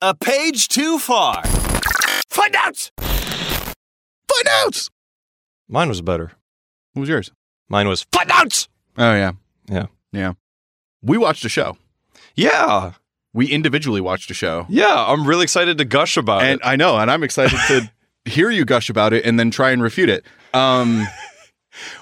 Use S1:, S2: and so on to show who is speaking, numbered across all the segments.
S1: A page too far.
S2: Find out! Find out!
S3: Mine was better.
S2: What was yours?
S3: Mine was.
S2: Find out! Oh, yeah.
S3: Yeah.
S2: Yeah. We watched a show.
S3: Yeah,
S2: We individually watched a show.
S3: yeah. I'm really excited to gush about
S2: and
S3: it.
S2: I know, and I'm excited to hear you gush about it and then try and refute it. Um,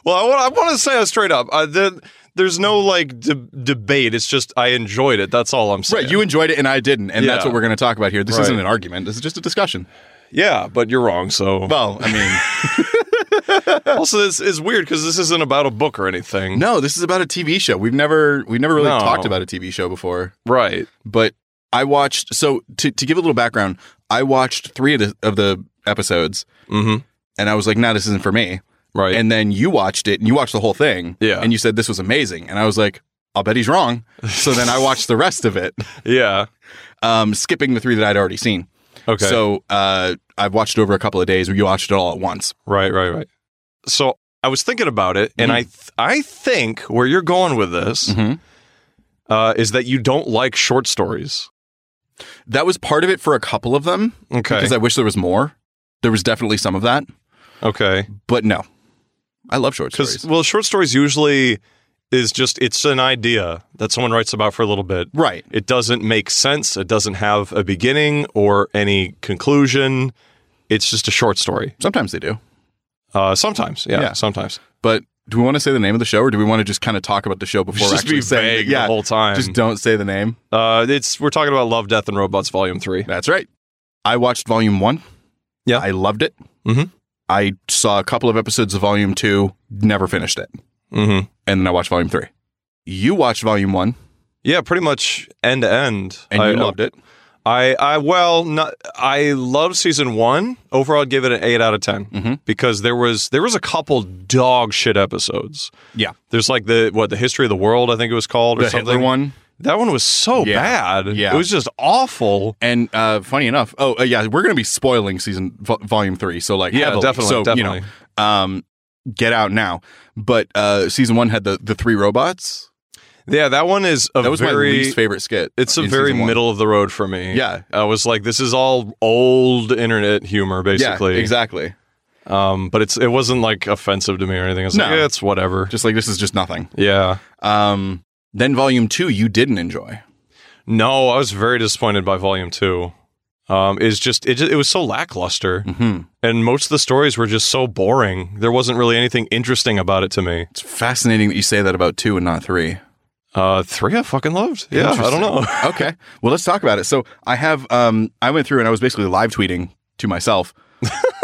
S3: Well, I want, I want to say it straight up. Uh, the, there's no like de- debate. It's just I enjoyed it. That's all I'm saying.
S2: right, you enjoyed it and I didn't, and that's
S3: Yeah.
S2: what we're going to talk about here. This
S3: Right.
S2: isn't an argument. This is just a discussion.
S3: yeah, but you're wrong. So
S2: Well, I mean,
S3: also, it's, it's weird because this isn't about a book or anything.
S2: no, this is about a TV show. We've never we've never really
S3: No.
S2: talked about a TV show before.
S3: Right.
S2: but I watched. So to to give a little background, I watched three of the of the episodes,
S3: Mm-hmm.
S2: and I was like, "No, nah, this isn't for me."
S3: Right.
S2: And then you watched it, and you watched the whole thing,
S3: Yeah.
S2: and you said this was amazing, and I was like, "I'll bet he's wrong." So then I watched the rest of it,
S3: yeah.
S2: um, skipping the three that I'd already seen.
S3: Okay.
S2: So uh, I've watched it over a couple of days, or you watched it all at once.
S3: Right, right, right. So I was thinking about it, and I
S2: Mm-hmm.
S3: th- I think where you're going with this
S2: Mhm.
S3: uh, is that you don't like short stories.
S2: That was part of it for a couple of them
S3: Okay.
S2: because I wish there was more. There was definitely some of that,
S3: okay.
S2: but no, I love short
S3: Because
S2: stories.
S3: well, short stories usually is just it's an idea that someone writes about for a little bit.
S2: Right.
S3: It doesn't make sense. It doesn't have a beginning or any conclusion. It's just a short story.
S2: Sometimes they do.
S3: Uh, sometimes, yeah,
S2: Yeah.
S3: sometimes.
S2: But do we want to say the name of the show, or do we want to just kind of talk about the show before
S3: just
S2: actually
S3: be
S2: saying
S3: vague
S2: it? Yeah,
S3: the whole time.
S2: just don't say the name.
S3: uh, it's we're talking about Love, Death, and Robots, Volume Three.
S2: That's right. I watched Volume One.
S3: Yeah.
S2: I loved it.
S3: Mhm.
S2: I saw a couple of episodes of Volume Two, never finished it,
S3: Mm-hmm.
S2: and then I watched Volume Three. You watched Volume One,
S3: Yeah, pretty much end to end.
S2: and
S3: I,
S2: you loved it.
S3: I, I well, not, I love season one. Overall, I'd give it an eight out of 10
S2: Mhm.
S3: because there was there was a couple dog shit episodes.
S2: Yeah.
S3: there's like the what the history of the world I think it was called or
S2: The
S3: something.
S2: Hitler one,
S3: That one was so
S2: Yeah.
S3: bad.
S2: Yeah.
S3: it was just awful.
S2: and uh, funny enough, oh uh, yeah, we're gonna be spoiling season vo- Volume Three, so like
S3: Yeah,
S2: heavily.
S3: definitely,
S2: so
S3: definitely.
S2: you know, um, get out now. But uh, season one had the the three robots.
S3: yeah, that one is a
S2: That was
S3: very
S2: my least favorite skit.
S3: it's a
S2: in
S3: very
S2: season one.
S3: middle of the road for me.
S2: Yeah.
S3: I was like, this is all old internet humor, basically.
S2: Yeah, exactly.
S3: Um, but it's it wasn't like offensive to me or anything. I was
S2: No.
S3: like, yeah, it's whatever.
S2: Just like this is just nothing.
S3: yeah.
S2: Um, then volume two, you didn't enjoy.
S3: No, I was very disappointed by Volume Two. Um, it's just it, ju- it was so lackluster,
S2: Mm-hmm.
S3: and most of the stories were just so boring. There wasn't really anything interesting about it to me.
S2: It's fascinating that you say that about two and not three.
S3: Uh, three, I fucking loved. Yeah, I don't know.
S2: Interesting. okay. Well, let's talk about it. So I have, um, I went through and I was basically live tweeting to myself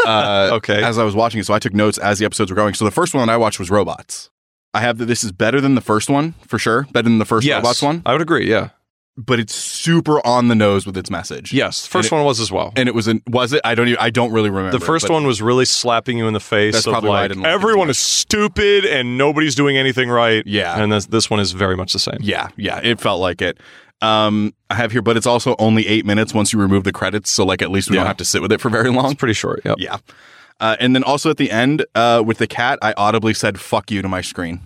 S2: uh,
S3: Okay.
S2: as I was watching it. So I took notes as the episodes were going. So the first one that I watched was robots. I have that this is better than the first one for sure. Better than the first
S3: Yes,
S2: robots one,
S3: I would agree. Yeah,
S2: but it's super on the nose with its message.
S3: yes, the first one was as well.
S2: And it was an was it? I don't even, I don't really remember.
S3: The first
S2: but-
S3: one was really slapping you in the face.
S2: That's
S3: of
S2: probably why I
S3: like,
S2: didn't like it as
S3: everyone
S2: much.
S3: is stupid and nobody's doing anything right.
S2: Yeah.
S3: and this this one is very much the same.
S2: Yeah, yeah, it felt like it. Um, I have here, but it's also only eight minutes once you remove the credits, so like at least we don't
S3: Yeah.
S2: have to sit with it for very long.
S3: Pretty short. Yep.
S2: Yeah, uh, and then also at the end uh, with the cat, I audibly said "fuck you" to my screen.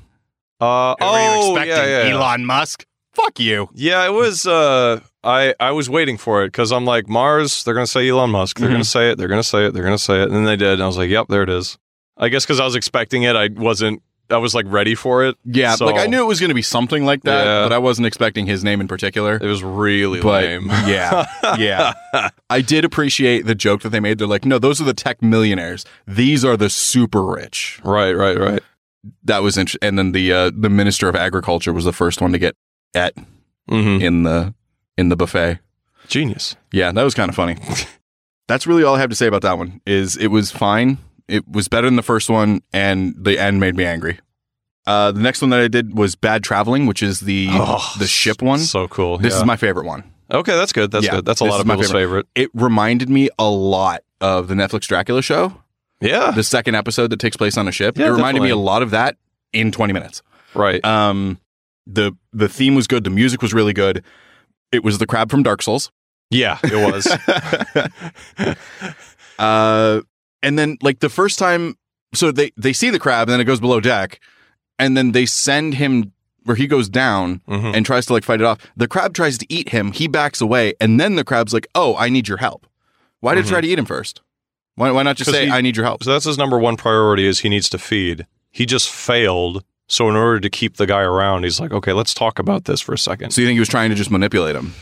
S3: Uh,
S2: Who were you
S3: oh,
S2: expecting,
S3: yeah, yeah.
S2: Elon Musk. Fuck you.
S3: Yeah, it was. Uh, I I was waiting for it because I'm like Mars. They're gonna say Elon Musk. They're
S2: Mm-hmm.
S3: gonna say it. They're gonna say it. They're gonna say it. And then they did, and I was like, "Yep, there it is." I guess because I was expecting it, I wasn't. I was like ready for it.
S2: Yeah,
S3: So-
S2: like I knew it was going to be something like that,
S3: Yeah.
S2: but I wasn't expecting his name in particular.
S3: It was really
S2: But
S3: lame.
S2: yeah, yeah, I did appreciate the joke that they made. They're like, no, those are the tech millionaires. These are the super rich.
S3: Right, right, right.
S2: that was interesting. And then the uh, the minister of agriculture was the first one to get at
S3: hmm
S2: in the in the buffet.
S3: Genius.
S2: Yeah, that was kind of funny. That's really all I have to say about that one. Is it was fine. It was better than the first one, and the end made me angry. Uh, the next one that I did was Bad Traveling, which is the
S3: Oh,
S2: the ship one.
S3: So cool.
S2: this
S3: yeah.
S2: is my favorite one.
S3: okay. That's good. That's
S2: Yeah,
S3: good. That's a
S2: this
S3: lot
S2: is
S3: of
S2: my
S3: people's favorite.
S2: It reminded me a lot of the Netflix Dracula show,
S3: Yeah.
S2: the second episode that takes place on a ship.
S3: Yeah,
S2: it reminded me
S3: definitely.
S2: a lot of that in twenty minutes.
S3: Right.
S2: Um, the the theme was good. The music was really good. It was the crab from Dark Souls.
S3: yeah. It was.
S2: uh, and then like the first time, so they they see the crab, and then it goes below deck, and then they send him where he goes down
S3: Mhm.
S2: and tries to like fight it off. The crab tries to eat him. He backs away, and then the crab's like, "Oh, I need your help." Why did
S3: Mhm.
S2: it try to eat him first? Why, why not just
S3: 'Cause
S2: say,
S3: he-
S2: "I need your help"?
S3: So that's his number one priority is he needs to feed. He just failed. So in order to keep the guy around, he's like, okay, let's talk about this for a second.
S2: So you think he was trying to just manipulate him?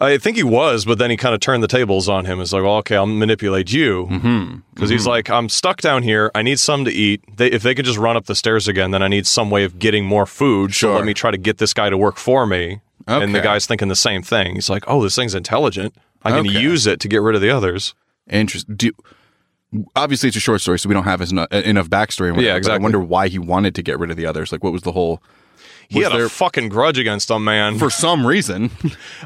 S3: I think he was, but then he kind of turned the tables on him. It's like, well, okay, I'll manipulate you because
S2: Mm-hmm.
S3: he's like, I'm stuck down here. I need something to eat. They, if they could just run up the stairs again, then I need some way of getting more food. So
S2: Sure.
S3: let me try to get this guy to work for me. And the
S2: Okay.
S3: guy's thinking the same thing. He's like, oh, this thing's intelligent. I can
S2: Okay.
S3: use it to get rid of the others.
S2: Interesting. Mm-hmm. Do, obviously, it's a short story, so we don't have as, eno- enough backstory. and whatever,
S3: Yeah,
S2: but
S3: exactly.
S2: I wonder why he wanted to get rid of the others. Like, what was the whole?
S3: He
S2: Was
S3: had a
S2: there-
S3: fucking grudge against him, man.
S2: For some reason,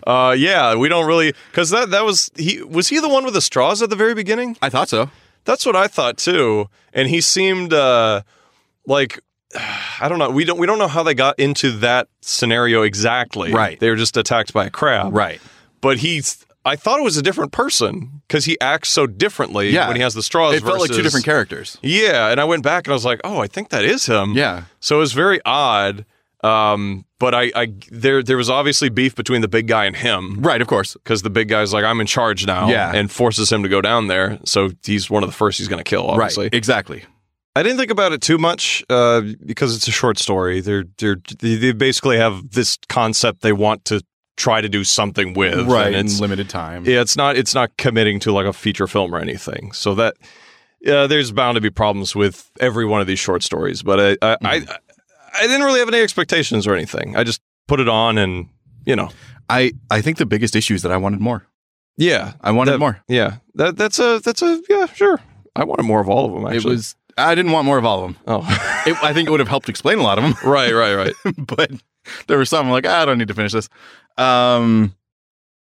S3: Uh, yeah, we don't really because that that was he was he the one with the straws at the very beginning.
S2: I thought so.
S3: That's what I thought too, and he seemed uh, like I don't know. We don't we don't know how they got into that scenario exactly.
S2: Right.
S3: they were just attacked by a crab.
S2: Right.
S3: but he's I thought it was a different person because he acts so differently
S2: Yeah.
S3: when he has the straws.
S2: It felt like two
S3: versus-
S2: different characters.
S3: Yeah, and I went back and I was like, oh, I think that is him.
S2: Yeah.
S3: So it was very odd. Um, but I, I there there was obviously beef between the big guy and him
S2: Right. Of course.
S3: because the big guy's like, I'm in charge now,
S2: Yeah.
S3: and forces him to go down there. So he's one of the first he's going to kill, obviously.
S2: Right. Exactly.
S3: I didn't think about it too much uh, because it's a short story. They're, they're, they they basically have this concept they want to try to do something with.
S2: Right.
S3: And
S2: In
S3: it's,
S2: limited time.
S3: yeah, it's not it's not committing to like a feature film or anything. So that uh, there's bound to be problems with every one of these short stories. But I I,
S2: Hmm.
S3: I I didn't really have any expectations or anything. I just put it on and you know
S2: I I think the biggest issue is that I wanted more.
S3: yeah
S2: I wanted
S3: That-
S2: more.
S3: Yeah, that that's a that's a yeah sure. I wanted more of all of them. Actually,
S2: It was. I didn't want more of all of them.
S3: oh
S2: It, I think it would have helped explain a lot of them.
S3: right right right.
S2: but there was some I'm like "Ah, I don't need to finish this. Um,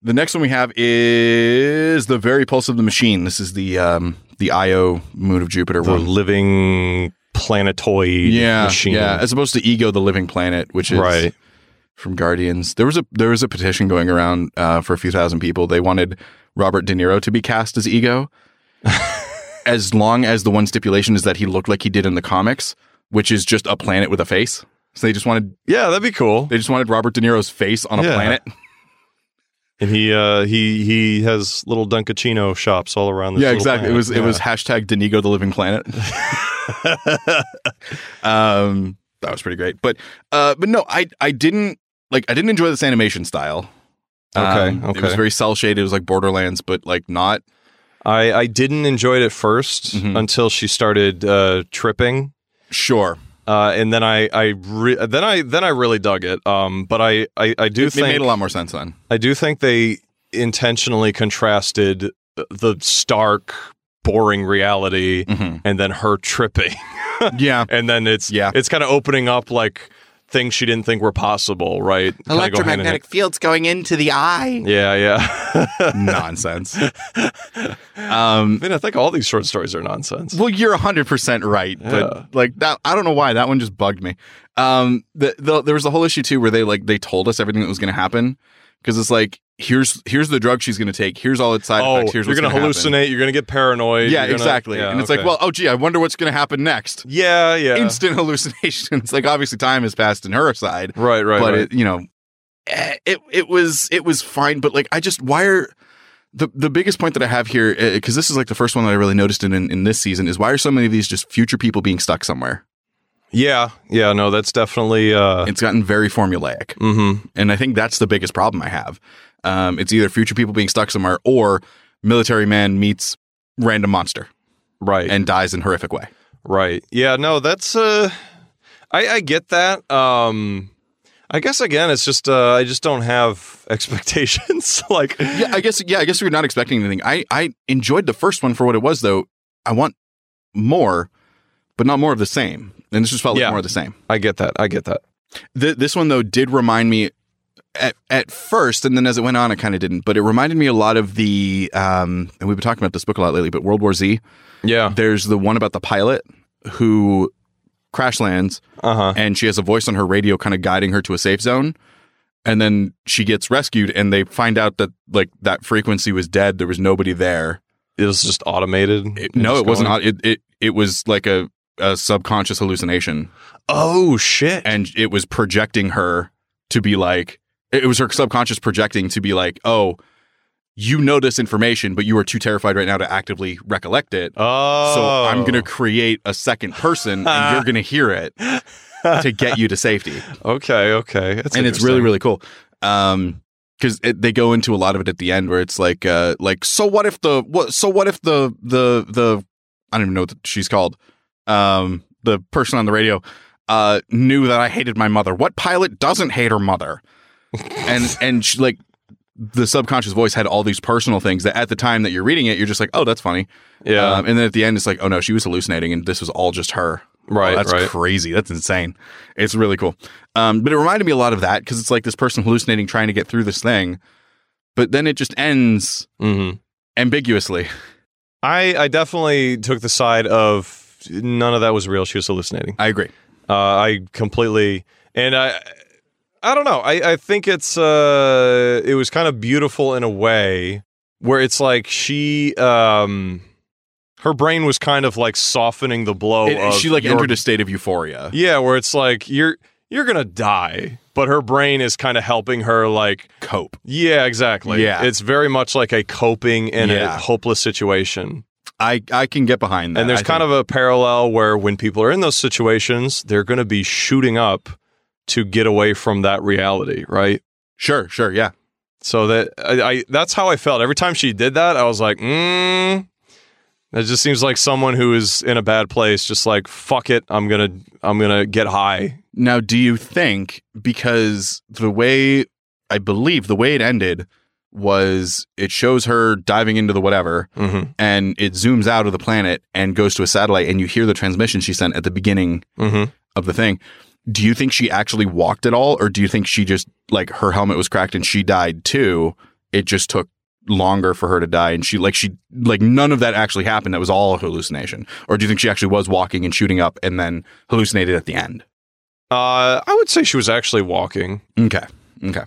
S2: the next one we have is the very pulse of the machine. This is the um, the Io moon of Jupiter.
S3: The
S2: where-
S3: living planetoid
S2: yeah,
S3: machine.
S2: yeah, as opposed to Ego, the living planet, which is
S3: right.
S2: from Guardians. There was a there was a petition going around uh, for a few thousand people. They wanted Robert De Niro to be cast as Ego, as long as the one stipulation is that he looked like he did in the comics, which is just a planet with a face. So they just wanted
S3: Yeah, that'd be cool.
S2: they just wanted Robert De Niro's face on a
S3: Yeah.
S2: planet.
S3: And he uh he he has little Dunkachino shops all around. This
S2: yeah,
S3: little
S2: exactly. It
S3: planet.
S2: was it was hashtag Denigo the Living Planet. um, that was pretty great. But uh, but no, I I didn't like I didn't enjoy this animation style. Um,
S3: Okay,
S2: It was
S3: okay.
S2: very cell shaded. It was like Borderlands, but like not.
S3: I I didn't enjoy it at 1st
S2: Mhm.
S3: until she started uh tripping.
S2: Sure,
S3: Uh, and then I I re- then I then I really dug it. Um, but I I, I do
S2: it,
S3: think
S2: made a lot more sense then.
S3: I do think they intentionally contrasted the- the stark, boring reality
S2: hmm
S3: and then her tripping.
S2: yeah,
S3: and then it's
S2: Yeah.
S3: it's kind of opening up like things she didn't think were possible, right? Kinda go hand in hand.
S2: fields going into the eye.
S3: Yeah, yeah.
S2: Nonsense. um,
S3: I mean, I think all these short stories are nonsense.
S2: Well, you're 100% right,
S3: Yeah.
S2: but like that I don't know why that one just bugged me. Um the, the there was the whole issue too where they like they told us everything that was going to happen cuz it's like here's here's the drug she's going to take, here's all its side
S3: Oh,
S2: effects,
S3: you're
S2: here's what's
S3: gonna
S2: going to
S3: hallucinate. You're gonna get paranoid.
S2: Yeah,
S3: you're gonna-
S2: exactly.
S3: yeah,
S2: and it's
S3: okay.
S2: like, well, oh gee, I wonder what's going to happen next.
S3: yeah, yeah,
S2: Instant hallucinations. like obviously time has passed in her side,
S3: right, right,
S2: but
S3: right.
S2: it, you know, eh, it it was it was fine. But like, I just why are the the biggest point that I have here because this is like the first one that I really noticed in, in in this season is why are so many of these just future people being stuck somewhere?
S3: yeah, yeah. No, that's definitely. uh
S2: It's gotten very formulaic,
S3: mhm.
S2: and I think that's the biggest problem I have. Um, it's either future people being stuck somewhere or military man meets random monster
S3: Right,
S2: and dies in horrific way.
S3: right. Yeah, no, that's. uh I I get that. Um I guess again, it's just uh I just don't have expectations. like,
S2: Yeah, I guess yeah, I guess we are not expecting anything. I I enjoyed the first one for what it was though. I want more, but not more of the same. And this just felt like
S3: Yeah.
S2: more of the same.
S3: I get that. I get that.
S2: Th- this one though did remind me at at first, and then as it went on, it kind of didn't. But it reminded me a lot of the um, and we've been talking about this book a lot lately. But World War Z,
S3: Yeah.
S2: there's the one about the pilot who crash lands,
S3: Uh huh.
S2: and she has a voice on her radio, kind of guiding her to a safe zone. And then she gets rescued, and they find out that like that frequency was dead. There was nobody there.
S3: It was just automated.
S2: It- no,
S3: Just
S2: it wasn't.
S3: going-
S2: It, it it was like a a subconscious hallucination,
S3: Oh shit!
S2: and it was projecting her to be like it was her subconscious projecting to be like, oh, you know this information, but you are too terrified right now to actively recollect it.
S3: oh,
S2: So I'm gonna create a second person, and you're gonna hear it to get you to safety.
S3: Okay, okay, That's
S2: and it's really
S3: interesting.
S2: really cool um because they go into a lot of it at the end where it's like uh like so what if the what so what if the the the i don't even know what she's called um the person on the radio uh knew that i hated my mother what pilot doesn't hate her mother and and she, like the subconscious voice had all these personal things that at the time that you're reading it you're just like oh that's funny
S3: yeah,
S2: um, and then at the end it's like oh no she was hallucinating and this was all just her
S3: right,
S2: Oh, that's
S3: right.
S2: crazy. That's insane. It's really cool. Um, but it reminded me a lot of that because it's like this person hallucinating trying to get through this thing, but then it just ends
S3: hmm
S2: ambiguously.
S3: I I definitely took the side of none of that was real. She was hallucinating.
S2: I agree.
S3: Uh, I completely and I I don't know. I I think it's uh it was kind of beautiful in a way where it's like she um her brain was kind of like softening the blow.
S2: It-
S3: Oh, of
S2: she like
S3: your-
S2: entered a state of euphoria.
S3: yeah, where it's like you're you're gonna die, but her brain is kind of helping her like
S2: Cope.
S3: yeah, exactly.
S2: Yeah.
S3: it's very much like a coping in
S2: Yeah.
S3: a hopeless situation.
S2: I I can get behind that.
S3: And there's kind of a parallel where when people are in those situations, they're going to be shooting up to get away from that reality, right?
S2: sure, sure, yeah.
S3: So that I, I that's how I felt every time she did that. I was like, mm, that just seems like someone who is in a bad place. Just like fuck it, I'm gonna I'm gonna get high.
S2: Now, do you think because the way I believe the way it ended was it shows her diving into the whatever
S3: Mm-hmm.
S2: and it zooms out of the planet and goes to a satellite and you hear the transmission she sent at the beginning
S3: Mm-hmm.
S2: of the thing. Do you think she actually walked at all, or do you think she just like her helmet was cracked and she died too? It just took longer for her to die, and she like she like none of that actually happened. That was all a hallucination. Or do you think she actually was walking and shooting up and then hallucinated at the end?
S3: Uh, I would say she was actually walking,
S2: Okay, okay,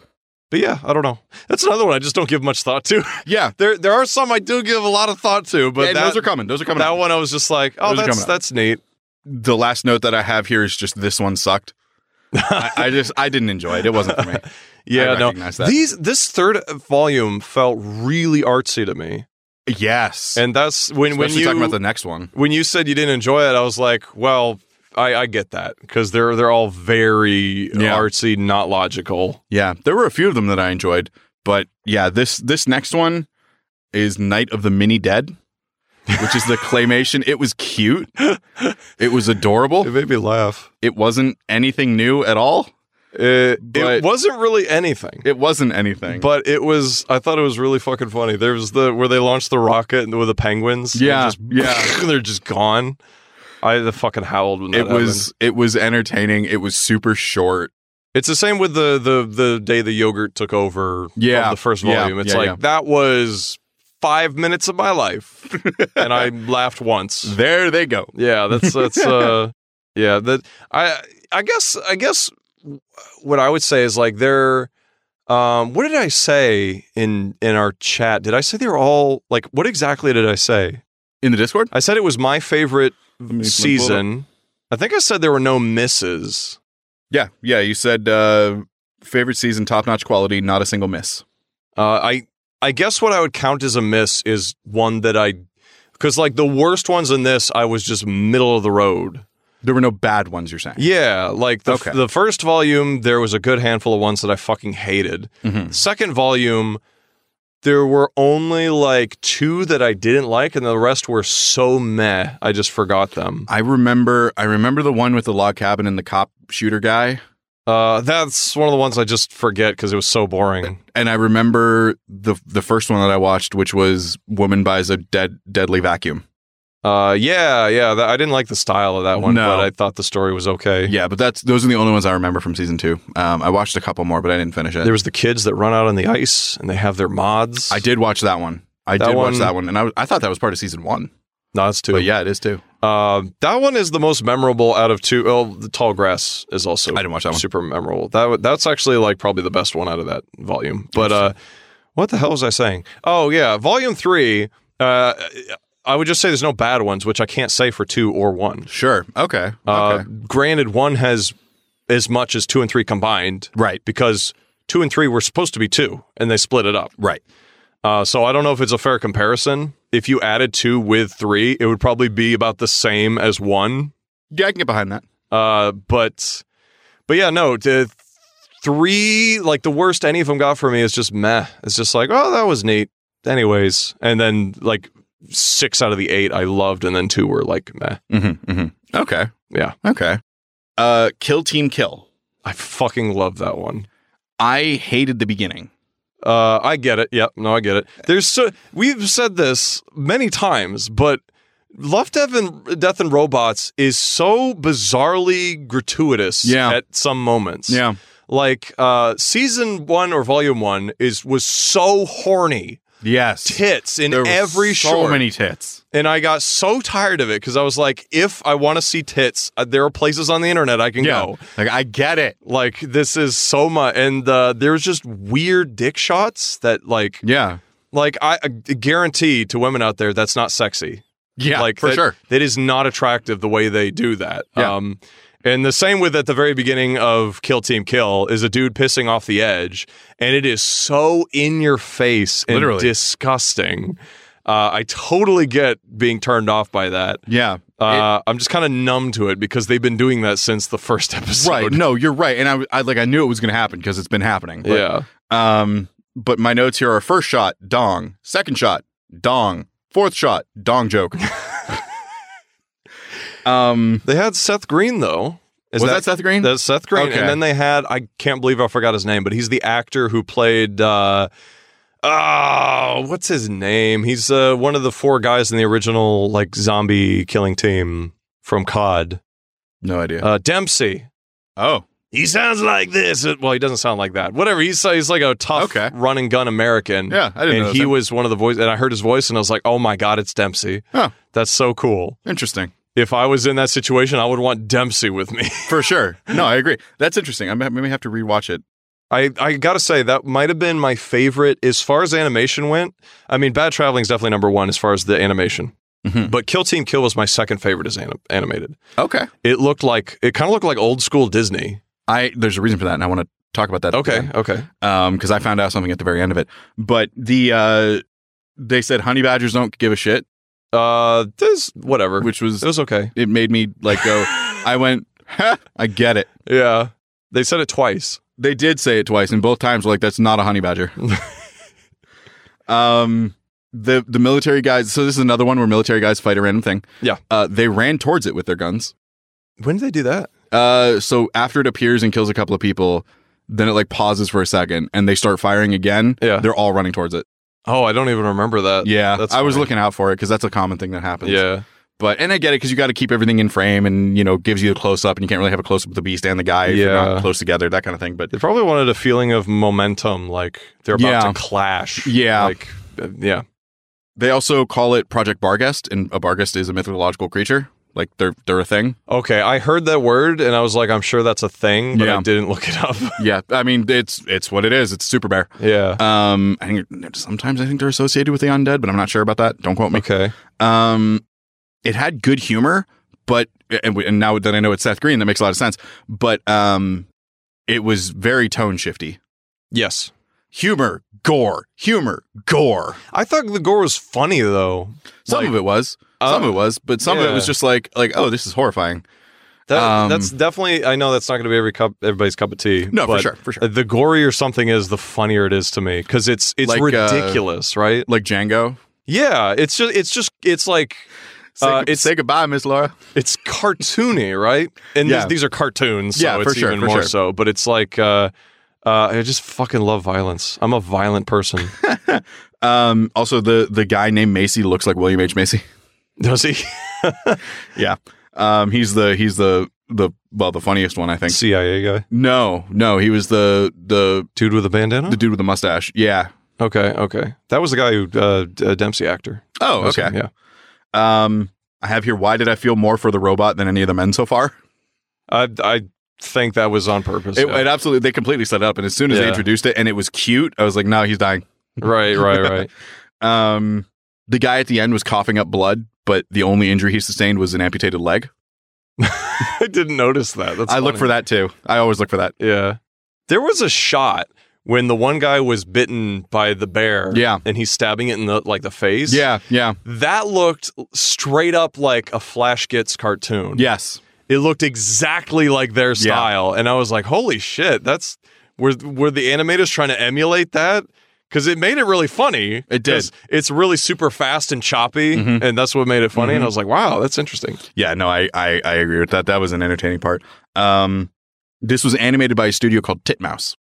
S3: but yeah, I don't know. That's another one I just don't give much thought to.
S2: yeah.
S3: there there are some I do give a lot of thought to, but
S2: But
S3: that,
S2: those are coming. Those are coming.
S3: that
S2: up.
S3: one I was just like, oh,
S2: Those are
S3: that's
S2: coming up.
S3: that's neat.
S2: the last note that I have here is just this one sucked. I, I just I didn't enjoy it. It wasn't for me.
S3: Yeah,
S2: I
S3: no.
S2: recognize that.
S3: These this third volume felt really artsy to me,
S2: yes,
S3: and that's when
S2: when
S3: when you
S2: talking about the next one,
S3: when you said you didn't enjoy it, I was like, well, I, I get that because they're they're all very
S2: Yeah.
S3: artsy, not logical.
S2: Yeah, there were a few of them that I enjoyed, but yeah, this this next one is Night of the Mini Dead, which is the claymation. It was cute. It was
S3: It
S2: adorable.
S3: made me laugh.
S2: It wasn't anything new at all.
S3: It,
S2: But-
S3: it wasn't really anything.
S2: It wasn't anything.
S3: But it was. I thought it was really fucking funny. There was the where they launched the rocket with the penguins. and
S2: Yeah,
S3: just,
S2: yeah.
S3: they're just gone. I the fucking howled when that
S2: it was it was entertaining. It was super short.
S3: It's the same with the the the day the yogurt took over.
S2: Yeah.
S3: of the first
S2: Yeah.
S3: volume. It's
S2: Yeah,
S3: like
S2: yeah.
S3: that was five minutes of my life, and I laughed once.
S2: There they go.
S3: Yeah, that's that's uh, yeah. That I I guess I guess what I would say is like they're. Um, what did I say in in our chat? Did I say they were all like? What exactly did I say?
S2: In the Discord
S3: I said it was my favorite
S2: Let me- let me pull it up.
S3: season. I think I said there were no misses.
S2: Yeah, yeah. You said uh, favorite season, top notch quality, not a single miss.
S3: Uh, I I guess what I would count as a miss is one that I because like the worst ones in this, I was just middle of the road.
S2: There were no bad ones. You're saying?
S3: Yeah, like the
S2: Okay.
S3: the first volume, there was a good handful of ones that I fucking hated.
S2: Mhm.
S3: Second volume, there were only like two that I didn't like, and the rest were so meh. I just forgot them.
S2: I remember I remember the one with the log cabin and the cop shooter guy.
S3: Uh, that's one of the ones I just forget because it was so boring.
S2: And I remember the the first one that I watched, which was Woman Buys a Dead Deadly Vacuum.
S3: Uh, yeah, yeah, that, I didn't like the style of that one,
S2: No.
S3: but I thought the story was okay.
S2: Yeah, but that's those are the only ones I remember from season two. Um, I watched a couple more, but I didn't finish it.
S3: There was the kids that run out on the ice and they have their mods.
S2: I did watch that one. I
S3: That
S2: did watch
S3: one-
S2: that one, and I, was- I thought that was part of season one.
S3: No, that's two.
S2: But yeah, it is too.
S3: Um, that one is the most memorable out of two. Oh, the tall grass is also
S2: I didn't watch that one.
S3: super memorable. That wa- that's actually like probably the best one out of that volume. But uh, what the hell was I saying? Oh yeah, volume three. Uh, I would just say there's no bad ones, which I can't say for two or one.
S2: Sure. Okay.
S3: Uh,
S2: okay.
S3: Granted, one has as much as two and three combined
S2: Right.
S3: because two and three were supposed to be two, and they split it up.
S2: Right.
S3: Uh, so I don't know if it's a fair comparison. If you added two with three, it would probably be about the same as one.
S2: Yeah, I can get behind that.
S3: Uh, but, but yeah, no, the three, like the worst any of them got for me is just meh. It's just like, oh, that was neat. Anyways, and then like six out of the eight I loved, and then two were like meh.
S2: Mm-hmm, mm-hmm. Okay.
S3: Yeah.
S2: Okay. Uh, kill team kill.
S3: I fucking love that one.
S2: I hated the beginning.
S3: Uh, I get it. Yep. No, I get it. There's so we've said this many times, but Love, Death, and Death and Robots is so bizarrely gratuitous.
S2: Yeah.
S3: At some moments. Like uh, season one or volume one is was so horny
S2: Yes.
S3: tits in
S2: There were
S3: every
S2: so
S3: short,
S2: many tits.
S3: and I got so tired of it because I was like, if I want to see tits, uh, there are places on the internet I can go.
S2: Like I get it.
S3: Like this is so much, and uh, there's just weird dick shots that like
S2: Yeah.
S3: like I I guarantee to women out there that's not sexy.
S2: Yeah.
S3: like
S2: for
S3: that-
S2: sure.
S3: that is not attractive the way they do that.
S2: Yeah.
S3: Um, and the same with at the very beginning of Kill Team Kill is a dude pissing off the edge, and it is so in your face and
S2: Literally.
S3: disgusting. Uh, I totally get being turned off by that.
S2: Yeah.
S3: Uh, I'm just kind of numb to it because they've been doing that since the first episode.
S2: Right. No, you're right. And I, I like I knew it was going to happen because it's been happening. But,
S3: yeah.
S2: Um. But my notes here are first shot dong, second shot dong, fourth shot dong joke. um.
S3: They had Seth Green though. Is
S2: was that, Seth Green?
S3: That's Seth Green.
S2: Okay.
S3: And then they had, I can't believe I forgot his name, but he's the actor who played, uh, oh, what's his name? He's uh, one of the four guys in the original, like, zombie killing team from COD.
S2: no idea.
S3: Uh, Dempsey.
S2: oh.
S3: He sounds like this. Uh, Well, he doesn't sound like that. Whatever. He's, uh, he's like a tough
S2: Okay.
S3: run and gun American.
S2: Yeah. I didn't know.
S3: And he
S2: that.
S3: was one of the voice, and I heard his voice, and I was like, "Oh my god, it's Dempsey!
S2: Huh.
S3: That's so cool."
S2: Interesting.
S3: If I was in that situation, I would want Dempsey with me.
S2: For sure. No, I agree. That's interesting. I may- maybe have to rewatch it.
S3: I, I gotta say that might have been my favorite as far as animation went. I mean, Bad Traveling is definitely number one as far as the animation,
S2: Mhm.
S3: but Kill Team Kill was my second favorite as anim- animated.
S2: Okay.
S3: It looked like it kind of looked like old school Disney.
S2: I there's a reason for that, and I want to talk about that. at the
S3: Okay,
S2: end.
S3: okay,
S2: um because i found out something at the very end of it but the uh they said honey badgers don't give a shit
S3: uh, this whatever
S2: which
S3: it
S2: was
S3: was okay.
S2: it made me like go i went "Huh, i get it
S3: yeah, they said it twice.
S2: they did say it twice and both times were like that's not a honey badger um the the military guys so this is another one where military guys fight a random thing
S3: Yeah.
S2: uh they ran towards it with their guns
S3: When did they do that?
S2: uh so after it appears and kills a couple of people then it like pauses for a second and they start firing again
S3: Yeah.
S2: they're all running towards it
S3: Oh, I don't even remember that.
S2: yeah
S3: that's
S2: i was
S3: funny.
S2: looking out for it because that's a common thing that happens
S3: yeah,
S2: But and I get it because you got to keep everything in frame, and you know gives you a close up, and you can't really have a close up with the beast and the guy if you're not
S3: Yeah.
S2: close together, that kind of thing. But
S3: they probably wanted a feeling of momentum, like they're about
S2: Yeah.
S3: to clash.
S2: Yeah.
S3: like uh, yeah.
S2: they also call it Project Barghest, and a Barghest is a mythological creature. Like they're they're a thing.
S3: Okay, I heard that word and I was like, I'm sure that's a thing, but
S2: Yeah.
S3: I didn't look it up.
S2: yeah, I mean it's it's what it is. It's Super Bear.
S3: yeah.
S2: Um, I think sometimes I think they're associated with the undead, but I'm not sure about that. Don't quote me.
S3: Okay.
S2: Um, it had good humor, but and, we, and now that I know it's Seth Green, that makes a lot of sense. But um, it was very tone shifty.
S3: Yes.
S2: Humor, gore, humor, gore.
S3: I thought the gore was funny though.
S2: Some
S3: Like,
S2: of it was, some
S3: uh,
S2: of it was, but some of it
S3: yeah.
S2: was just like, like, oh, this is horrifying.
S3: That,
S2: um,
S3: that's definitely. I know that's not going to be every cup, everybody's cup of tea.
S2: No, for
S3: but
S2: sure, for sure.
S3: The gorier something is, the funnier it is to me because it's it's
S2: Like, uh,
S3: ridiculous, right?
S2: Like Django.
S3: Yeah. It's just it's just it's like
S2: Say,
S3: Uh, it's-
S2: say goodbye, Miss Laura.
S3: it's cartoony, right? And
S2: Yeah.
S3: these, these are cartoons, so
S2: Yeah,
S3: it's
S2: for sure,
S3: even
S2: for
S3: more
S2: sure.
S3: so. But it's like. uh uh, I just fucking love violence. I'm a violent person.
S2: Um, also, the the guy named Macy looks like William H Macy.
S3: Does he?
S2: Um, he's the he's the the well the funniest one I think.
S3: CIA guy.
S2: No, no, he was the the
S3: Dude with a bandana?
S2: the dude with the mustache. Yeah.
S3: okay, okay. That was the guy who, uh, D- uh, Dempsey actor.
S2: Oh,
S3: That's
S2: okay.
S3: him, yeah.
S2: Um, I have here. Why did I feel more for the robot than any of the men so far?
S3: I, I think that was on purpose.
S2: It,
S3: yeah.
S2: it absolutely they completely set it up, and as soon as they
S3: Yeah.
S2: introduced it, and it was cute, I was like, no, he's dying.
S3: right, right, right.
S2: Um, The guy at the end was coughing up blood, but the only injury he sustained was an amputated leg.
S3: I didn't notice that. That's
S2: I look
S3: funny.
S2: for that too. I always look for that.
S3: Yeah. There was a shot when the one guy was bitten by the bear.
S2: Yeah.
S3: And he's stabbing it in the like the face.
S2: Yeah, yeah,
S3: That looked straight up like a Flash Gets cartoon.
S2: yes.
S3: It looked exactly like their style. And I was like, holy shit, that's were were the animators trying to emulate that? Because it made it really funny.
S2: It did.
S3: 'Cause It's really super fast and choppy,
S2: Mhm.
S3: and that's what made it funny. And I
S2: Mhm.
S3: was like, wow, that's interesting.
S2: Yeah, no, I, I, I agree with that. That was an entertaining part. Um, this was animated by a studio called Titmouse.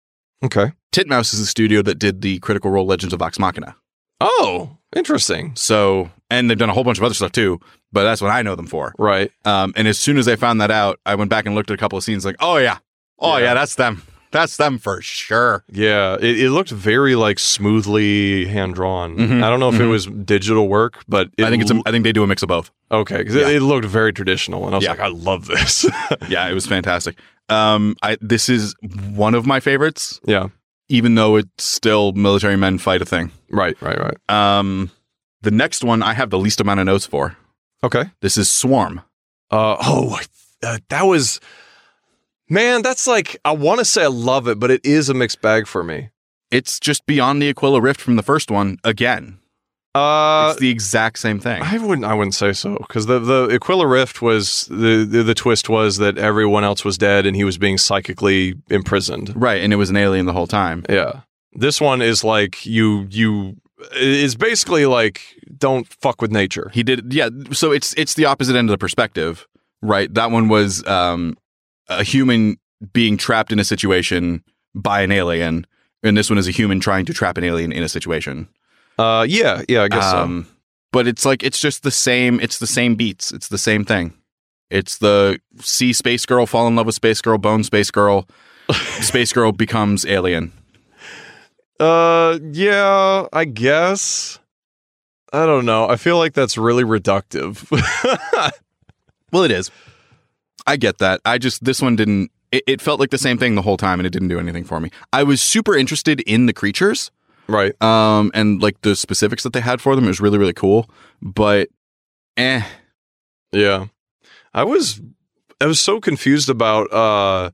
S3: Okay.
S2: Titmouse is the studio that did the Critical Role Legends of Vox Machina.
S3: Oh, interesting.
S2: So, and they've done a whole bunch of other stuff too, but that's what I know them for.
S3: Right.
S2: Um, and as soon as I found that out, I went back and looked at a couple of scenes like, oh, yeah. Oh,
S3: Yeah.
S2: yeah, that's them. That's them for sure.
S3: Yeah, it, it looked very like smoothly hand drawn.
S2: Mhm.
S3: I don't know if it
S2: Mhm.
S3: was digital work, but it
S2: I think it's. A,
S3: l-
S2: I think they do a mix of both.
S3: okay. 'cause it-
S2: Yeah.
S3: it, looked very traditional, and I was
S2: Yeah.
S3: like, I love this.
S2: Yeah, it was fantastic. Um, I this is one of my favorites,
S3: yeah,
S2: even though it's still military men fight a thing.
S3: right, right, right.
S2: Um, the next one I have the least amount of notes for.
S3: Okay.
S2: This is Swarm.
S3: Uh, oh, I- uh, that was man. That's like I want to say I love it, but it is a mixed bag for me.
S2: It's just beyond the Aquila Rift from the first one again.
S3: Uh,
S2: it's the exact same thing.
S3: I wouldn't. I wouldn't say so because the the Aquila Rift was the, the the twist was that everyone else was dead and he was being psychically imprisoned.
S2: right, and it was an alien the whole time.
S3: Yeah. This one is like you you is basically like don't fuck with nature.
S2: He did yeah, so it's it's the opposite end of the perspective, right? That one was um a human being trapped in a situation by an alien, and this one is a human trying to trap an alien in a situation. Um,
S3: Uh yeah, yeah, I guess
S2: Ah. But it's like it's just the same. It's the same beats. It's the same thing. It's the see space girl fall in love with space girl bone space girl. space girl becomes alien.
S3: so. Uh yeah, I guess. I don't know. I feel like that's really reductive.
S2: Well, it is. I get that. I just this one didn't. It, it felt like the same thing the whole time, and it didn't do anything for me. I was super interested in the creatures,
S3: right.
S2: um, and like the specifics that they had for them. It was really really cool, but eh,
S3: Yeah. I was I was so confused about uh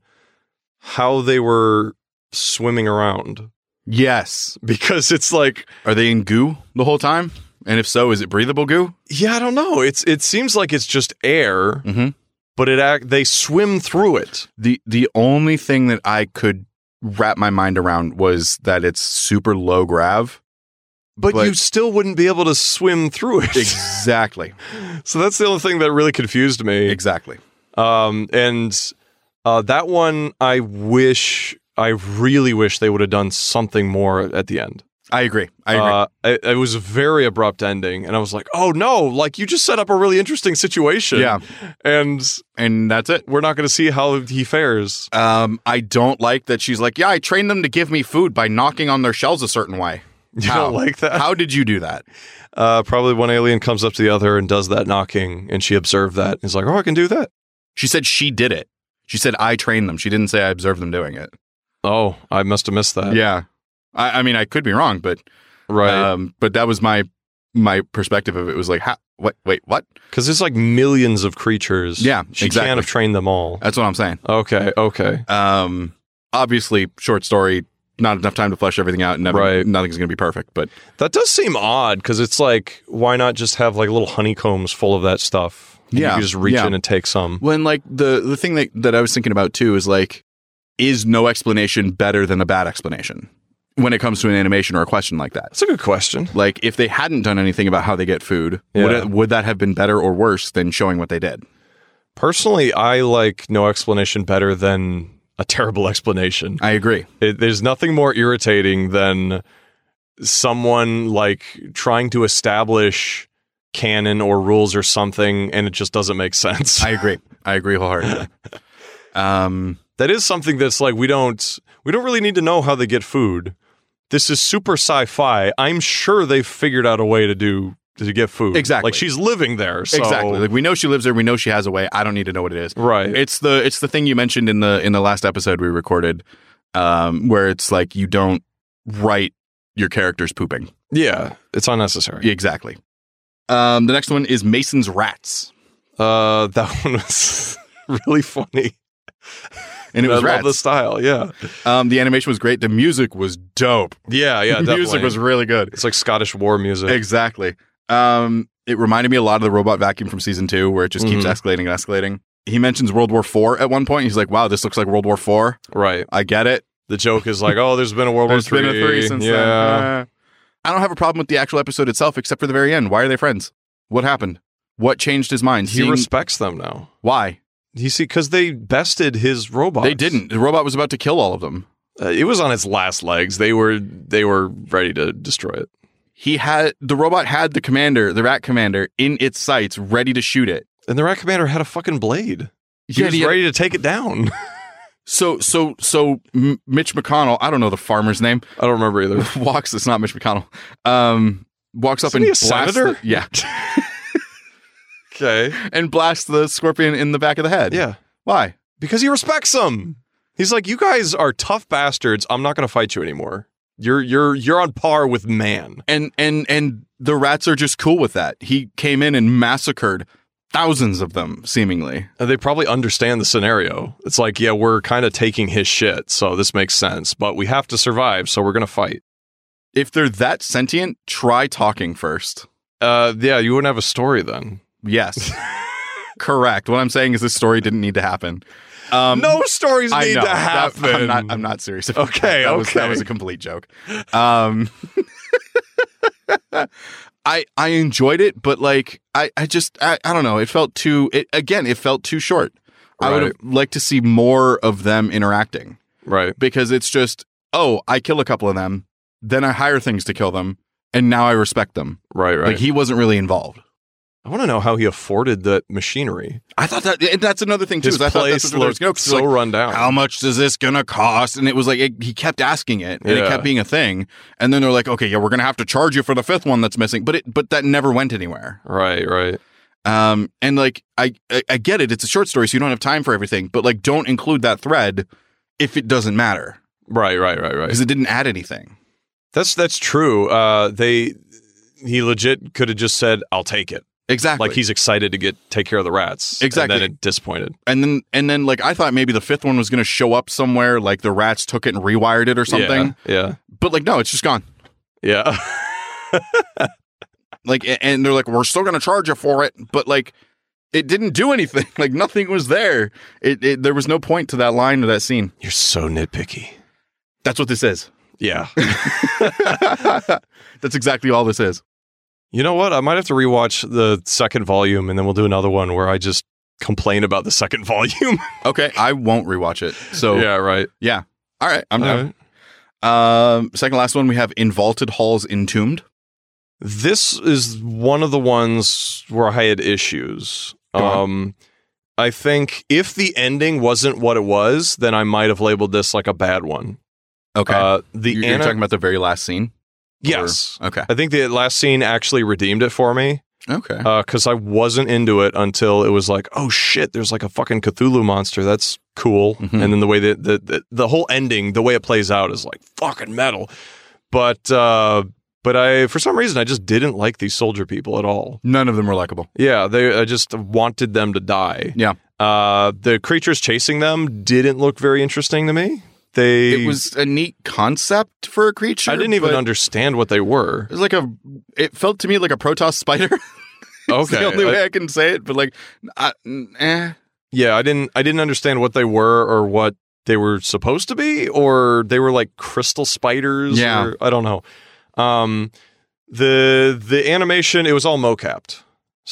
S3: how they were swimming around
S2: yes.
S3: because it's like
S2: Are they in goo the whole time? And if so, is it breathable goo?
S3: yeah, I don't know. It's it seems like it's just air,
S2: Mm-hmm.
S3: but it act they swim through it.
S2: the the only thing that I could wrap my mind around was that it's super low grav.
S3: but,
S2: But-
S3: you still wouldn't be able to swim through it.
S2: Exactly.
S3: so that's the only thing that really confused me.
S2: exactly.
S3: Um, and uh, that one, I wish, I really wish they would have done something more at the end.
S2: I agree. I agree.
S3: Uh, it, it was a very abrupt ending, and I was like, "Oh no! Like you just set up a really interesting situation,
S2: yeah,
S3: and
S2: and that's it.
S3: we're not going to see how he fares."
S2: Um, I don't like that she's like, yeah, I trained them to give me food by knocking on their shells a certain way.
S3: You
S2: How?
S3: don't like that?
S2: How did you do that?
S3: Uh, probably one alien comes up to the other and does that knocking, and she observed that. He's like, "Oh, I can do that."
S2: She said she did it. She said I trained them. She didn't say I observed them doing it.
S3: Oh, I must have missed that.
S2: yeah. I, I mean, I could be wrong, but
S3: right.
S2: um, but that was my my perspective of it. was like, how, what? Wait, what?
S3: Because there's like millions of creatures.
S2: Yeah,
S3: She
S2: exactly.
S3: can't have trained them all.
S2: That's what I'm saying.
S3: Okay, okay.
S2: Um, obviously, short story, not enough time to flesh everything out, and never,
S3: Right.
S2: nothing's going to be perfect. But
S3: That does seem odd because it's like, why not just have like little honeycombs full of that stuff? And
S2: Yeah,
S3: You can just reach
S2: yeah.
S3: in and take some.
S2: when like the the thing that that I was thinking about too is like, is no explanation better than a bad explanation when it comes to an animation or a question like that?
S3: That's a good question.
S2: Like, if they hadn't done anything about how they get food, would
S3: Yeah.
S2: it, would that have been better or worse than showing what they did?
S3: Personally, I like no explanation better than a terrible explanation.
S2: I agree.
S3: It, there's nothing more irritating than someone like trying to establish canon or rules or something and it just doesn't make sense.
S2: I agree. I agree wholeheartedly. Um,
S3: that is something that's like we don't we don't really need to know how they get food. This is super sci-fi. I'm sure they've figured out a way to do to get food.
S2: Exactly.
S3: Like she's living there. So.
S2: exactly. Like we know she lives there. We know she has a way. I don't need to know what it is.
S3: Right.
S2: it's the it's the thing you mentioned in the in the last episode we recorded um where it's like you don't write your characters pooping
S3: yeah. It's unnecessary.
S2: exactly Um, the next one is Mason's Rats,
S3: Uh, that one was really funny.
S2: and it was
S3: I love the
S2: Rats.
S3: style. Yeah,
S2: Um, the animation was great. The music was dope.
S3: yeah, yeah.
S2: the
S3: definitely.
S2: music was really good.
S3: It's like Scottish war music.
S2: Exactly. Um, it reminded me a lot of the robot vacuum from season two, where it just keeps
S3: Mhm.
S2: escalating and escalating. He mentions World War Four at one point. He's like, "Wow, this looks like World War Four.
S3: Right.
S2: I get it.
S3: The joke is like, oh, there's been a World War
S2: There's
S3: Three.
S2: been a three since
S3: yeah.
S2: then. Uh, I don't have a problem with the actual episode itself, except for the very end. Why are they friends? What happened? What changed his mind?
S3: He
S2: Seeing-
S3: respects them now.
S2: why
S3: He see because they bested his robot.
S2: they didn't? The robot was about to kill all of them.
S3: Uh, it was on its last legs. They were they were ready to destroy it.
S2: He had the robot had the commander, the rat commander, in its sights, ready to shoot it.
S3: And the Rat Commander had a fucking blade. He
S2: Yet
S3: was
S2: he-
S3: ready to take it down.
S2: so so so. M- Mitch McConnell, I don't know the farmer's name.
S3: I don't remember either.
S2: walks. It's not Mitch McConnell. Um, walks up
S3: Isn't
S2: and
S3: he a
S2: blasts
S3: senator?
S2: the- yeah,
S3: Okay.
S2: and blasts the scorpion in the back of the head.
S3: Yeah.
S2: why?
S3: Because he respects them. He's like, you guys are tough bastards. I'm not going to fight you anymore. You're you're you're on par with man.
S2: And and and the rats are just cool with that. He came in and massacred thousands of them, seemingly.
S3: And they probably understand the scenario. It's like, yeah, we're kind of taking his shit, so this makes sense. But we have to survive, so we're going to fight.
S2: If they're that sentient, try talking first.
S3: Uh, yeah, you wouldn't have a story then.
S2: Yes, correct. What I'm saying is this story didn't need to happen. Um,
S3: no stories
S2: I
S3: need
S2: know.
S3: to
S2: That-
S3: happen.
S2: I'm not. I'm not serious. about
S3: Okay,
S2: that. That Was, that
S3: okay.
S2: was a complete joke. Um, I I enjoyed it, but like I I just I, I don't know. It felt too. It again. It felt too short. I would have liked to see more of them interacting
S3: Right.
S2: because it's just oh I kill a couple of them, then I hire things to kill them, and now I respect them.
S3: Right. Right.
S2: Like he wasn't really involved.
S3: I want to know how he afforded that machinery.
S2: I thought that and that's another thing too.
S3: His
S2: is I thought that's
S3: place
S2: what they were
S3: looked
S2: gonna- 'cause,
S3: so
S2: like,
S3: run down.
S2: how much is this gonna cost? And it was like it, he kept asking it, and it
S3: Yeah.
S2: kept being a thing. And then they're like, okay, yeah, we're gonna have to charge you for the fifth one that's missing, but it but that never went anywhere.
S3: right. Right.
S2: Um, and like I, I I get it, it's a short story, so you don't have time for everything. But like, don't include that thread if it doesn't matter
S3: Right. Right. Right. Right.
S2: because it didn't add anything.
S3: That's that's true. Uh, they he legit could have just said, "I'll take it."
S2: Exactly.
S3: Like he's excited to get take care of the rats.
S2: Exactly.
S3: And then it disappointed.
S2: and then and then like I thought maybe the fifth one was gonna show up somewhere, like the rats took it and rewired it or something.
S3: Yeah.
S2: But like, no, it's just gone.
S3: Yeah. yeah.
S2: like a- and they're like we're still going to charge you for it but like it didn't do anything like nothing was there it, it there was no point to that line or that scene
S3: You're so nitpicky.
S2: that's what this is
S3: Yeah.
S2: that's exactly all this is
S3: You know what? I might have to rewatch the second volume, and then we'll do another one where I just complain about the second volume.
S2: okay i won't rewatch it so
S3: yeah. Right.
S2: all right i'm
S3: All
S2: done
S3: right.
S2: um second last one we have in vaulted halls entombed
S3: This is one of the ones where I had issues.
S2: Go on.
S3: Um, I think if the ending wasn't what it was, then I might have labeled this like a bad one.
S2: okay
S3: Uh, the
S2: you're, you're
S3: ana-
S2: talking about the very last scene
S3: yes,
S2: okay
S3: I think the last scene actually redeemed it for me
S2: okay
S3: because I wasn't into it until it was like, oh shit, there's like a fucking Cthulhu monster. That's cool.
S2: Mhm.
S3: And then the way that the, the the whole ending, the way it plays out, is like fucking metal. But uh, but I for some reason I just didn't like these soldier people at all.
S2: none of them were likable
S3: Yeah, they I just wanted them to die.
S2: Yeah.
S3: Uh, the creatures chasing them didn't look very interesting to me. They
S2: it was a neat concept for a creature
S3: I didn't even
S2: but
S3: understand what they were.
S2: it was like a it felt to me like a protoss spider It's
S3: Okay. Uh,
S2: the only
S3: I-
S2: way I can say it, but like, I, mm, eh.
S3: yeah i didn't i didn't understand what they were or what they were supposed to be or they were like crystal spiders
S2: Yeah.
S3: or, i don't know um the the animation it was all mocapped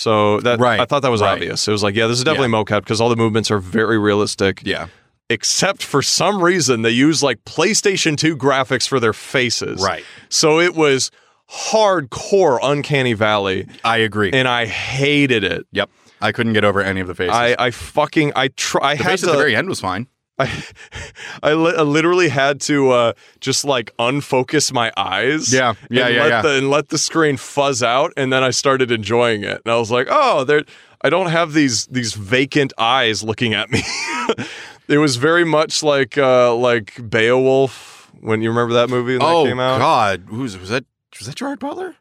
S3: so that
S2: Right,
S3: i thought that was
S2: right.
S3: obvious it was like yeah this is definitely mocapped because all the movements are very realistic
S2: yeah,
S3: except for some reason they use like playstation 2 graphics for their faces
S2: right.
S3: so it was hardcore uncanny valley
S2: I agree.
S3: and i hated it
S2: I couldn't get over any of the faces.
S3: I, I fucking I try I
S2: the
S3: had
S2: face
S3: to
S2: at the very end was fine.
S3: I, I, li- I literally had to uh, just like unfocus my eyes.
S2: Yeah, yeah,
S3: and
S2: yeah,
S3: let
S2: yeah.
S3: The, and let the screen fuzz out, and then I started enjoying it. And I was like, oh, there. I don't have these these vacant eyes looking at me. it was very much like uh, like Beowulf when you remember that movie when
S2: oh
S3: that came out.
S2: God, who's was that? Was that Gerard Butler?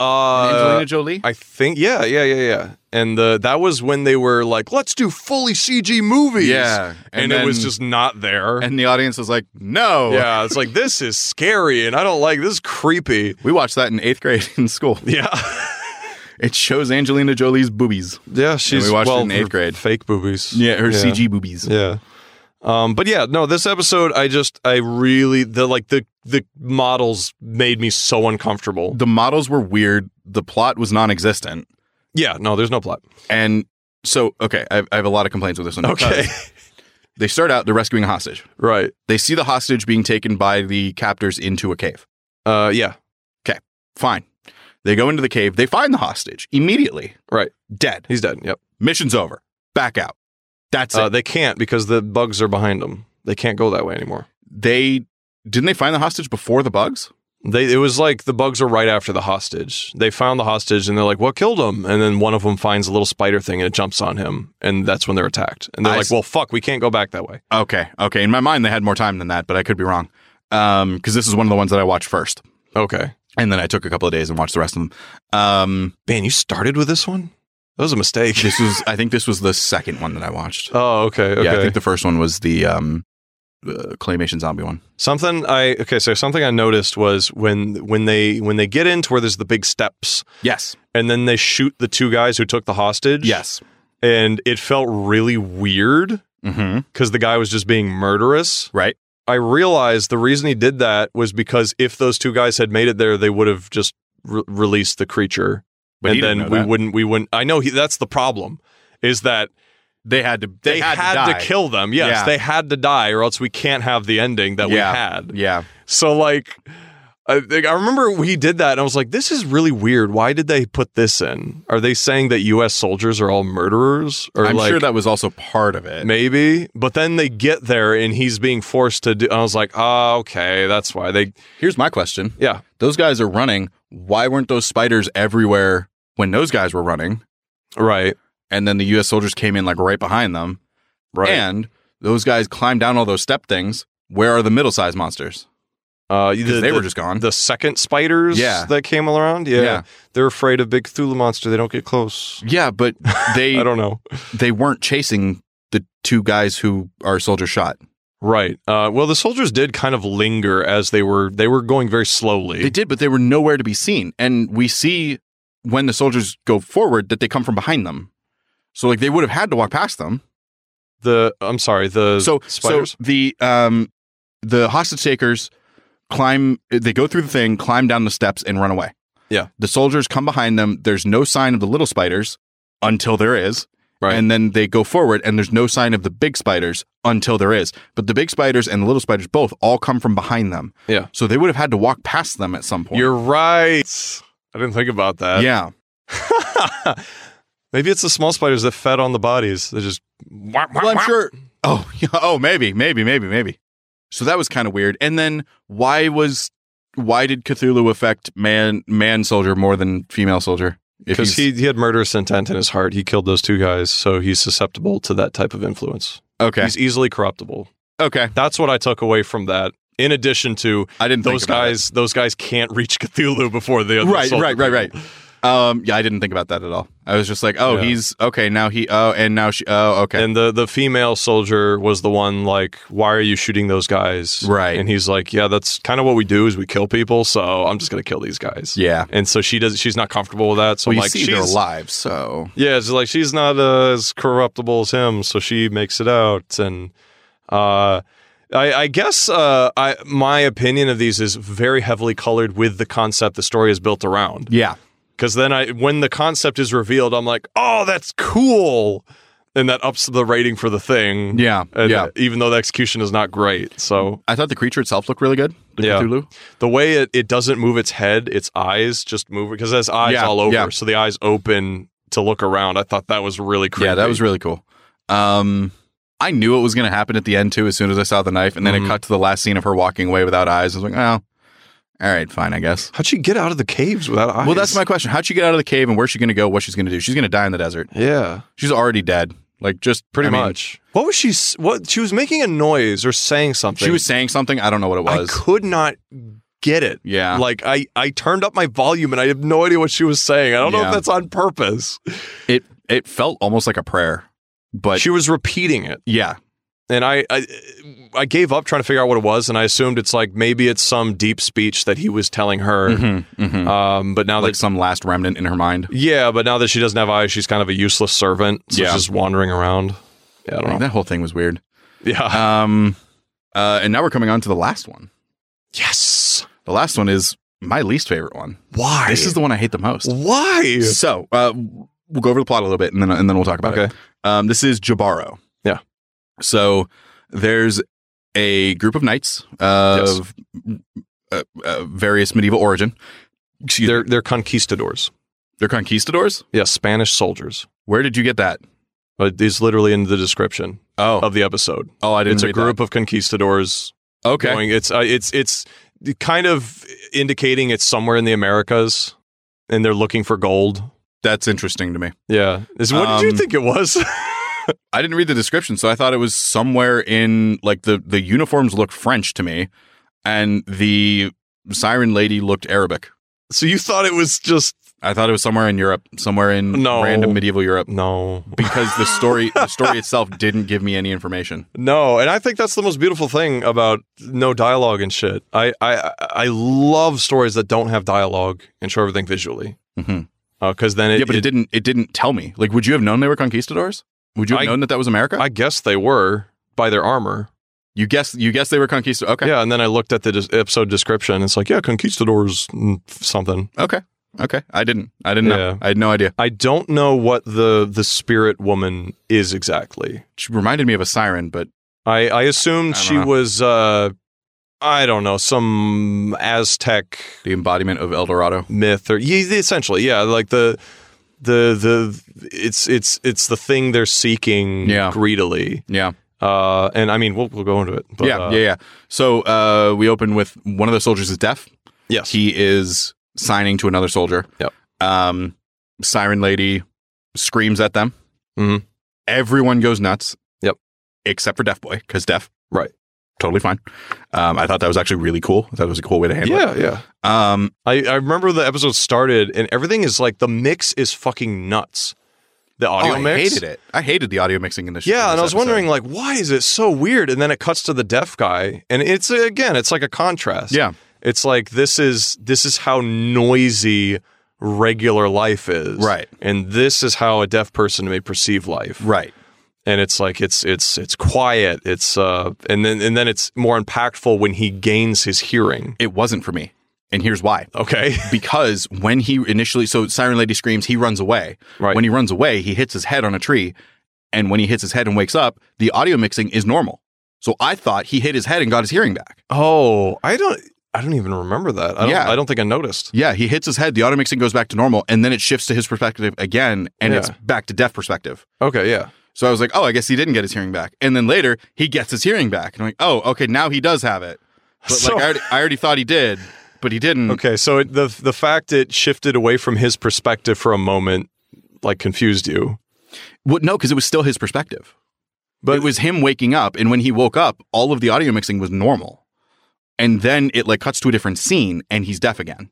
S3: Uh,
S2: Angelina Jolie.
S3: I think, yeah, yeah, yeah, yeah. And uh, that was when they were like, let's do fully CG movies.
S2: yeah,
S3: And, it
S2: then-
S3: was just not there. Oh.
S2: and oh. the audience was like, no.
S3: yeah, it's like, this is scary and I don't like this, is creepy.
S2: We watched that in eighth grade in school.
S3: Yeah.
S2: It shows Angelina Jolie's boobies.
S3: yeah, she's
S2: we watched it
S3: well,
S2: in eighth
S3: her
S2: grade.
S3: Fake boobies.
S2: Yeah, her CG boobies.
S3: Yeah. Um, but yeah, no, this episode, I just, I really, the like, the, the models made me so uncomfortable.
S2: The models were weird. The plot was non-existent.
S3: Yeah, no, there's no plot.
S2: And so, okay, I, I have a lot of complaints with this one.
S3: Okay.
S2: because They start out, they're rescuing a hostage.
S3: right.
S2: They see the hostage being taken by the captors into a cave.
S3: Uh, yeah.
S2: Fine. They go into the cave. They find the hostage immediately.
S3: Right.
S2: Dead.
S3: He's dead. Yep.
S2: Mission's over. Back out. That's
S3: Uh,
S2: it.
S3: they can't because the bugs are behind them. They can't go that way anymore.
S2: They didn't they find the hostage before the bugs?
S3: They it was like the bugs were right after the hostage. They found the hostage and they're like, "What killed him?" And then one of them finds a little spider thing and it jumps on him, and that's when they're attacked. And they're
S2: I
S3: like,
S2: s-
S3: "Well, fuck, we can't go back that way."
S2: Okay. Okay. In my mind, they had more time than that, but I could be wrong. Um, because this is one of the ones that I watched first,
S3: Okay,
S2: and then I took a couple of days and watched the rest of them. Um,
S3: man, you started with this one. That was a mistake.
S2: this was, I think, this was the second one that I watched.
S3: oh, okay, okay.
S2: Yeah, I think the first one was the um, uh, claymation zombie one.
S3: something I okay. So something I noticed was when when they when they get into where there's the big steps,
S2: Yes.
S3: and then they shoot the two guys who took the hostage.
S2: Yes.
S3: and it felt really weird.
S2: Mm-hmm.
S3: because the guy was just being murderous.
S2: Right.
S3: I realized the reason he did that was because if those two guys had made it there, they would have just re- released the creature,
S2: But
S3: and then we wouldn't. We wouldn't. I know he, that's the problem. Is that
S2: They had to.
S3: they, had, to,
S2: die.
S3: kill them? Yes,
S2: Yeah.
S3: they had to die, or else we can't have the ending that
S2: Yeah.
S3: we had.
S2: Yeah.
S3: So, like, I, think- I remember we did that, and I was like, "This is really weird. Why did they put this in? Are they saying that U.S. soldiers are all murderers? Or
S2: I'm
S3: like,
S2: sure that was also part of it.
S3: Maybe, but then they get there and he's being forced to do. I was like, oh, okay, that's why they.
S2: Here's my question:
S3: Yeah,
S2: Those guys are running. Why weren't those spiders everywhere when those guys were running?
S3: right,
S2: And then the U.S. soldiers came in like right behind them.
S3: right.
S2: And those guys climbed down all those step things. Where are the middle-sized monsters?
S3: uh, the,
S2: 'Cause they
S3: the-
S2: were just gone.
S3: the second spiders.
S2: Yeah.
S3: that came around. Yeah.
S2: Yeah.
S3: they're afraid of big Thula monster. They don't get close.
S2: yeah, but they
S3: I don't know.
S2: they weren't chasing the two guys who are soldier shot.
S3: Right. Uh, well, the soldiers did kind of linger as they were. They were going very slowly.
S2: They did, but they were nowhere to be seen. And we see when the soldiers go forward that they come from behind them. So like they would have had to walk past them.
S3: the I'm sorry. The
S2: so
S3: spiders.
S2: so the um the hostage takers climb they go through the thing climb down the steps and run away
S3: Yeah.
S2: the soldiers come behind them there's no sign of the little spiders until there is
S3: Right.
S2: and then they go forward and there's no sign of the big spiders until there is but the big spiders and the little spiders both all come from behind them
S3: Yeah.
S2: so they would have had to walk past them at some point
S3: You're right. I didn't think about that.
S2: yeah
S3: Maybe it's the small spiders that fed on the bodies. They just.
S2: well i'm sure oh yeah, oh maybe maybe maybe maybe so that was kind of weird and then why was why did cthulhu affect man man soldier more than female soldier If
S3: Because
S2: he's-
S3: he, he had murderous intent in his heart. He killed those two guys, so he's susceptible to that type of influence.
S2: okay
S3: He's easily corruptible.
S2: okay
S3: That's what I took away from that. In addition to
S2: i didn't
S3: those
S2: think about
S3: guys, those guys can't reach Cthulhu before the other.
S2: Right,
S3: soldier
S2: right, right, right.
S3: people.
S2: it. um yeah i didn't think about that at all i was just like oh
S3: Yeah.
S2: he's okay now he oh and now she oh okay
S3: And the the female soldier was the one like, why are you shooting those guys?
S2: Right.
S3: And he's like, yeah, that's kind of what we do is we kill people. So I'm just gonna kill these guys.
S2: yeah
S3: And so she does. She's not comfortable with that. So
S2: well
S3: I'm
S2: you
S3: like,
S2: see they're
S3: she's
S2: alive so
S3: Yeah, it's like she's not uh, as corruptible as him, so she makes it out. And uh, I, I guess uh, I, my opinion of these is very heavily colored with the concept the story is built around.
S2: yeah
S3: Because then, I when the concept is revealed, I'm like, oh, that's cool, and that ups the rating for the thing.
S2: yeah
S3: And
S2: yeah
S3: Even though the execution is not great, so
S2: i thought the creature itself looked really good the
S3: Yeah.
S2: cthulhu
S3: the way it, it doesn't move its head, its eyes just move because it has eyes
S2: Yeah,
S3: all over,
S2: yeah.
S3: so the eyes open to look around. I thought that was really creepy.
S2: Yeah, that was really cool. Um, I knew it was going to happen at the end too. As soon as I saw the knife, and then
S3: Mhm.
S2: it cut to the last scene of her walking away without eyes. I was like, oh, all right, fine, I guess.
S3: How'd she get out of the caves without eyes?
S2: Well, that's my question. How'd she get out of the cave, and where's she going to go? What's she's going to do? She's going to die in the desert.
S3: yeah,
S2: She's already dead. Like just
S3: pretty
S2: I mean,
S3: much. What was she? s- What she was making a noise or saying something.
S2: She was saying something. I don't know what it was.
S3: I could not get it.
S2: Yeah.
S3: Like I, I turned up my volume and I have no idea what she was saying. I don't know
S2: Yeah.
S3: if that's on purpose.
S2: It it felt almost like a prayer. But
S3: she was repeating it,
S2: yeah.
S3: and I, I, I gave up trying to figure out what it was, and I assumed it's like maybe it's some deep speech that he was telling her.
S2: Mm-hmm, mm-hmm.
S3: Um, but now
S2: like
S3: that
S2: some last remnant in her mind.
S3: yeah, but now that she doesn't have eyes, she's kind of a useless servant. So
S2: Yeah.
S3: she's just wandering around. Yeah, I don't know.
S2: That whole thing was weird.
S3: Yeah.
S2: Um uh and now we're coming on to the last one.
S3: yes.
S2: The last one is my least favorite one.
S3: Why?
S2: This is the one I hate the most.
S3: why.
S2: So uh, we'll go over the plot a little bit, and then and then we'll talk about
S3: Okay.
S2: it. Um, this is Jabaro.
S3: Yeah.
S2: So there's a group of knights of uh, uh, various medieval origin. Excuse
S3: They're they're conquistadors.
S2: they're conquistadors.
S3: Yeah, Spanish soldiers.
S2: Where did you get that?
S3: It is literally in the description
S2: Oh,
S3: of the episode.
S2: oh, I didn't.
S3: It's a
S2: read that.
S3: group of conquistadors
S2: Okay.
S3: going. It's uh, it's it's kind of indicating it's somewhere in the Americas, and they're looking for gold.
S2: That's interesting to me.
S3: Yeah. Is what did
S2: Um,
S3: you think it was?
S2: I didn't read the description, so I thought it was somewhere in like the the uniforms looked French to me, and the siren lady looked Arabic.
S3: so you thought it was just
S2: I thought it was somewhere in Europe, somewhere in
S3: No.
S2: random medieval Europe.
S3: no,
S2: because the story the story itself didn't give me any information.
S3: no. And I think that's the most beautiful thing about no dialogue and shit. I I I love stories that don't have dialogue and show everything visually.
S2: Mhm.
S3: Because then it,
S2: yeah, but it, didn't it didn't tell me. Like, would you have known they were conquistadors? Would you have
S3: I-
S2: known that that was America?
S3: I guess they were by their armor.
S2: you guess you guess they were conquistadors. Okay,
S3: Yeah, and then I looked at the des- episode description. It's like, yeah, conquistadors mm, something.
S2: okay, okay. I didn't. I didn't
S3: Yeah.
S2: know. I had no idea.
S3: I don't know what the the spirit woman is exactly.
S2: She reminded me of a siren, but
S3: I I assumed
S2: I don't
S3: she
S2: know.
S3: was uh I don't know, some Aztec
S2: the embodiment of El Dorado.
S3: myth or yeah, essentially, yeah, like the the the it's it's it's the thing they're seeking
S2: Yeah.
S3: greedily.
S2: Yeah,
S3: Uh and I mean, we'll we'll go into it. But,
S2: yeah,
S3: uh,
S2: yeah, yeah. So uh, we open with one of the soldiers is deaf.
S3: Yes.
S2: He is signing to another soldier.
S3: Yep.
S2: Um, Siren Lady screams at them.
S3: Mhm.
S2: Everyone goes nuts.
S3: Yep.
S2: Except for Deaf Boy, because deaf.
S3: Right.
S2: Totally fine. Um, I thought that was actually really cool. I thought it was a cool way to handle
S3: yeah, yeah.
S2: it. Um,
S3: I, I remember the episode started and everything is like the mix is fucking nuts. The audio
S2: oh, I
S3: mix.
S2: hated it. I hated the audio mixing in this. in
S3: Yeah, and
S2: this
S3: I was
S2: episode.
S3: wondering like why is it so weird? And then it cuts to the deaf guy, and it's again, it's like a contrast.
S2: Yeah.
S3: it's like this is this is how noisy regular life is,
S2: Right.
S3: And this is how a deaf person may perceive life,
S2: Right.
S3: and it's like it's it's it's quiet. It's uh, and then and then it's more impactful when he gains his hearing.
S2: It wasn't for me, and here's why.
S3: Okay,
S2: Because when he initially, so Siren Lady screams, he runs away.
S3: right.
S2: When he runs away, he hits his head on a tree. And when he hits his head and wakes up, the audio mixing is normal. So I thought he hit his head and got his hearing back.
S3: oh, I don't. I don't even remember that. I don't,
S2: Yeah.
S3: I don't think I noticed.
S2: Yeah, he hits his head, the audio mixing goes back to normal, and then it shifts to his perspective again, and it's
S3: Yeah.
S2: back to deaf perspective.
S3: Okay, yeah.
S2: So I was like, oh, I guess he didn't get his hearing back. And then later, he gets his hearing back. And I'm like, oh, okay, now he does have it. But
S3: So-
S2: like, I already, I already thought he did, but he didn't.
S3: Okay, so it, the the fact it shifted away from his perspective for a moment like confused you.
S2: Well, no, because it was still his perspective. But
S3: But-
S2: it was him waking up, and when he woke up, all of the audio mixing was normal. And then it like cuts to a different scene, and he's deaf again.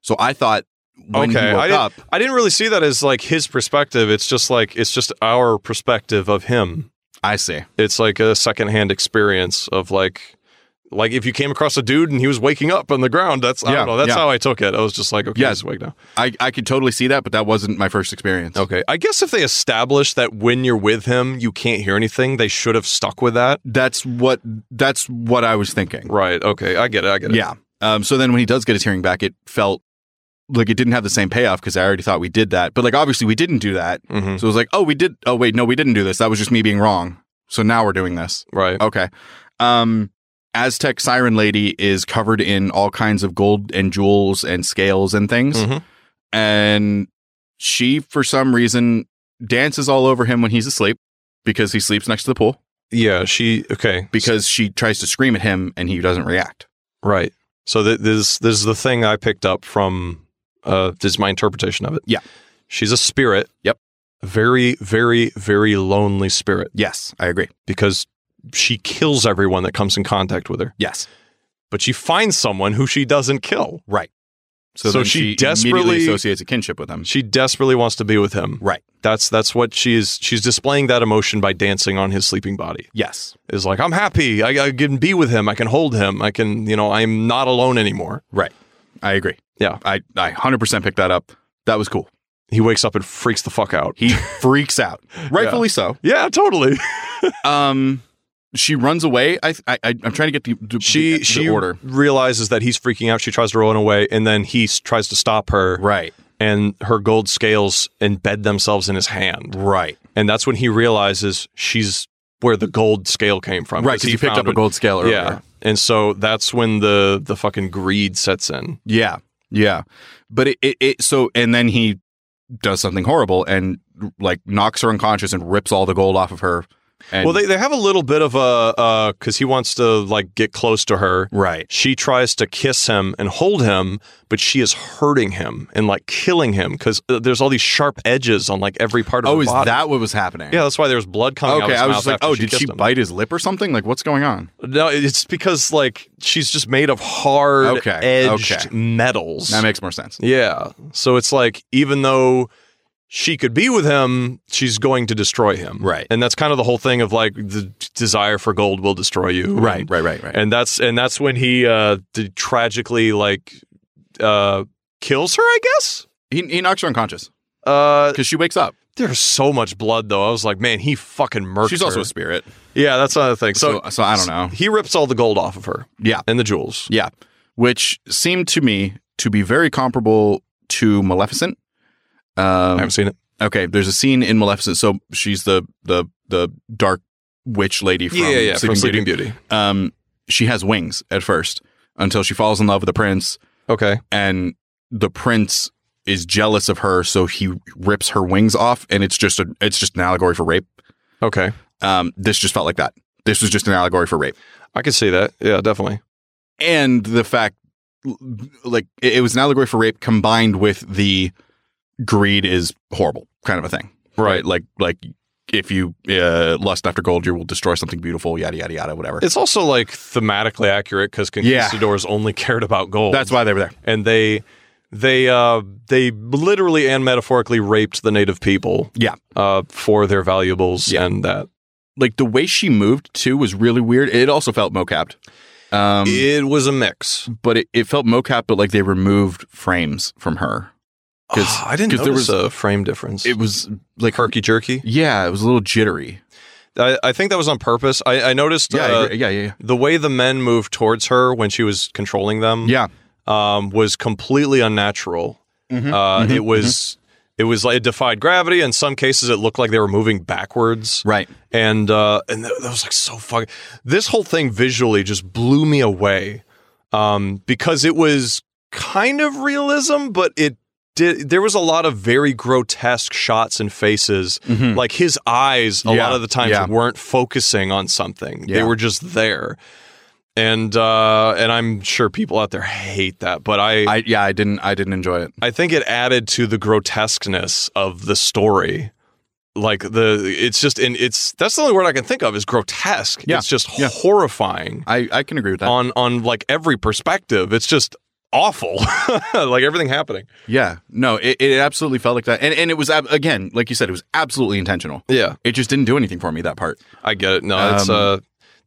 S2: So I thought when
S3: Okay,
S2: he woke
S3: I didn't-
S2: up,
S3: I didn't really see that as like his perspective. It's just like it's just our perspective of him.
S2: I see.
S3: It's like a secondhand experience of like like if you came across a dude and he was waking up on the ground, that's I
S2: Yeah,
S3: don't know, that's
S2: yeah.
S3: how I took it. I was just like, okay,
S2: Yeah.
S3: he's awake now.
S2: I I could totally see that, but that wasn't my first experience.
S3: Okay. I guess if they established that when you're with him you can't hear anything, they should have stuck with that.
S2: That's what that's what I was thinking.
S3: Right. Okay. I get it. I get it.
S2: Yeah. Um. So then when he does get his hearing back, it felt like it didn't have the same payoff because I already thought we did that, but like obviously we didn't do that.
S3: hmm
S2: So it was like, oh, we did. Oh wait, no, we didn't do this. That was just me being wrong. So now we're doing this.
S3: Right.
S2: Okay. Um, Aztec Siren Lady is covered in all kinds of gold and jewels and scales and things.
S3: Mhm.
S2: And she, for some reason, dances all over him when he's asleep because he sleeps next to the pool
S3: Yeah, she okay.
S2: because she tries to scream at him and he doesn't react.
S3: Right. So th- this this is the thing I picked up from uh this is my interpretation of it.
S2: Yeah.
S3: She's a spirit.
S2: Yep.
S3: Very very very lonely spirit
S2: Yes, I agree.
S3: because she kills everyone that comes in contact with her.
S2: Yes.
S3: but she finds someone who she doesn't kill.
S2: Right. So,
S3: So
S2: then
S3: she
S2: she,
S3: desperately-
S2: immediately associates a kinship with him.
S3: She desperately wants to be with him.
S2: Right.
S3: That's that's what she is. She's displaying that emotion by dancing on his sleeping body.
S2: Yes.
S3: Is like I'm happy. I, I can be with him. I can hold him. I can you know I'm not alone anymore.
S2: Right. I agree.
S3: Yeah.
S2: I, I 100% picked that up. That was cool.
S3: He wakes up and freaks the fuck out.
S2: He freaks out. Rightfully so.
S3: Yeah, totally.
S2: Um, she runs away. I, I, I I'm trying to get the, the
S3: She
S2: the,
S3: she
S2: the order
S3: realizes that he's freaking out. She tries to run away, and then he s- tries to stop her.
S2: right,
S3: And her gold scales embed themselves in his hand.
S2: right,
S3: and that's when he realizes she's where the gold scale came from.
S2: right. Because you picked
S3: found
S2: up a gold scale earlier.
S3: Yeah, and so that's when the the fucking greed sets in.
S2: Yeah, yeah. But it, it, it so and then he does something horrible and like knocks her unconscious and rips all the gold off of her. And,
S3: well, they they have a little bit of a because he wants to like get close to her.
S2: right,
S3: She tries to kiss him and hold him, but she is hurting him and like killing him because there's all these sharp edges on like every part of
S2: Oh,
S3: her
S2: is
S3: body.
S2: that what was happening?
S3: yeah, that's why there's blood coming out. of
S2: Okay,
S3: his
S2: I was
S3: mouth
S2: just like,
S3: after
S2: oh, did she
S3: kissed him.
S2: bite his lip or something? Like, what's going on?
S3: No, it's because like she's just made of hard
S2: Okay,
S3: edged
S2: okay.
S3: metals.
S2: That makes more sense.
S3: Yeah. So it's like even though she could be with him, she's going to destroy him.
S2: Right.
S3: And that's kind of the whole thing of like the desire for gold will destroy you. And,
S2: right, right, right.
S3: and that's and that's when he uh d- tragically like uh kills her, I guess.
S2: he, he knocks her unconscious
S3: Uh
S2: because she wakes up.
S3: there's so much blood though. I was like, man, he fucking murked
S2: She's also
S3: her.
S2: a spirit,
S3: Yeah, that's another thing.
S2: so
S3: So,
S2: so I don't know.
S3: he rips all the gold off of her
S2: Yeah,
S3: and the jewels.
S2: Yeah. Which seemed to me to be very comparable to Maleficent.
S3: I
S2: Um,
S3: haven't seen it.
S2: okay, there's a scene in Maleficent. So she's the the the dark witch lady from Sleeping Beauty.
S3: Beauty.
S2: Um, she has wings at first until she falls in love with the prince,
S3: Okay.
S2: and the prince is jealous of her, so he rips her wings off, and it's just a it's just an allegory for rape.
S3: Okay.
S2: Um, this just felt like that. This was just an allegory for rape.
S3: I could see that. Yeah, definitely.
S2: and the fact like it it was an allegory for rape combined with the greed is horrible kind of a thing
S3: Right.
S2: like like if you uh, lust after gold you will destroy something beautiful yada yada yada whatever
S3: It's also like thematically accurate because
S2: Yeah.
S3: conquistadors only cared about gold.
S2: that's why they were there
S3: and they they uh, they literally and metaphorically raped the native people.
S2: Yeah.
S3: uh, for their valuables
S2: Yeah.
S3: and that.
S2: like the way she moved too was really weird it also felt mocapped um
S3: it was a mix
S2: but it, it felt mocapped but like they removed frames from her 'Cause-
S3: Ah, I didn't
S2: 'cause there
S3: notice
S2: was-
S3: a frame difference.
S2: it was like
S3: Herky jerky.
S2: yeah it was a little jittery
S3: I, I think that was on purpose. I, I noticed
S2: yeah
S3: uh,
S2: I agree. yeah yeah yeah
S3: the way the men moved towards her when she was controlling them.
S2: yeah
S3: um, was completely unnatural.
S2: Mhm.
S3: Uh,
S2: Mhm.
S3: It was it was like it defied gravity. In some cases, it looked like they were moving backwards,
S2: right
S3: and uh, and th- that was like so fucking. This whole thing visually just blew me away um, because it was kind of realism, but it did. There was a lot of very grotesque shots and faces.
S2: Mhm.
S3: Like his eyes, a
S2: Yeah,
S3: lot of the times
S2: yeah.
S3: weren't focusing on something; they
S2: Yeah.
S3: were just there. And uh, and I'm sure people out there hate that, but I, I
S2: i yeah i didn't i didn't enjoy it
S3: think it added to the grotesqueness of the story. Like the it's just and it's that's the only word I can think of is grotesque.
S2: Yeah,
S3: It's just
S2: yeah.
S3: horrifying
S2: i i can agree with that
S3: on on like every perspective. It's just awful. like everything happening.
S2: Yeah, no, it, it absolutely felt like that, and and it was ab- again, like you said, it was absolutely intentional.
S3: Yeah.
S2: It just didn't do anything for me that part.
S3: I get it. No, it's
S2: Um,
S3: uh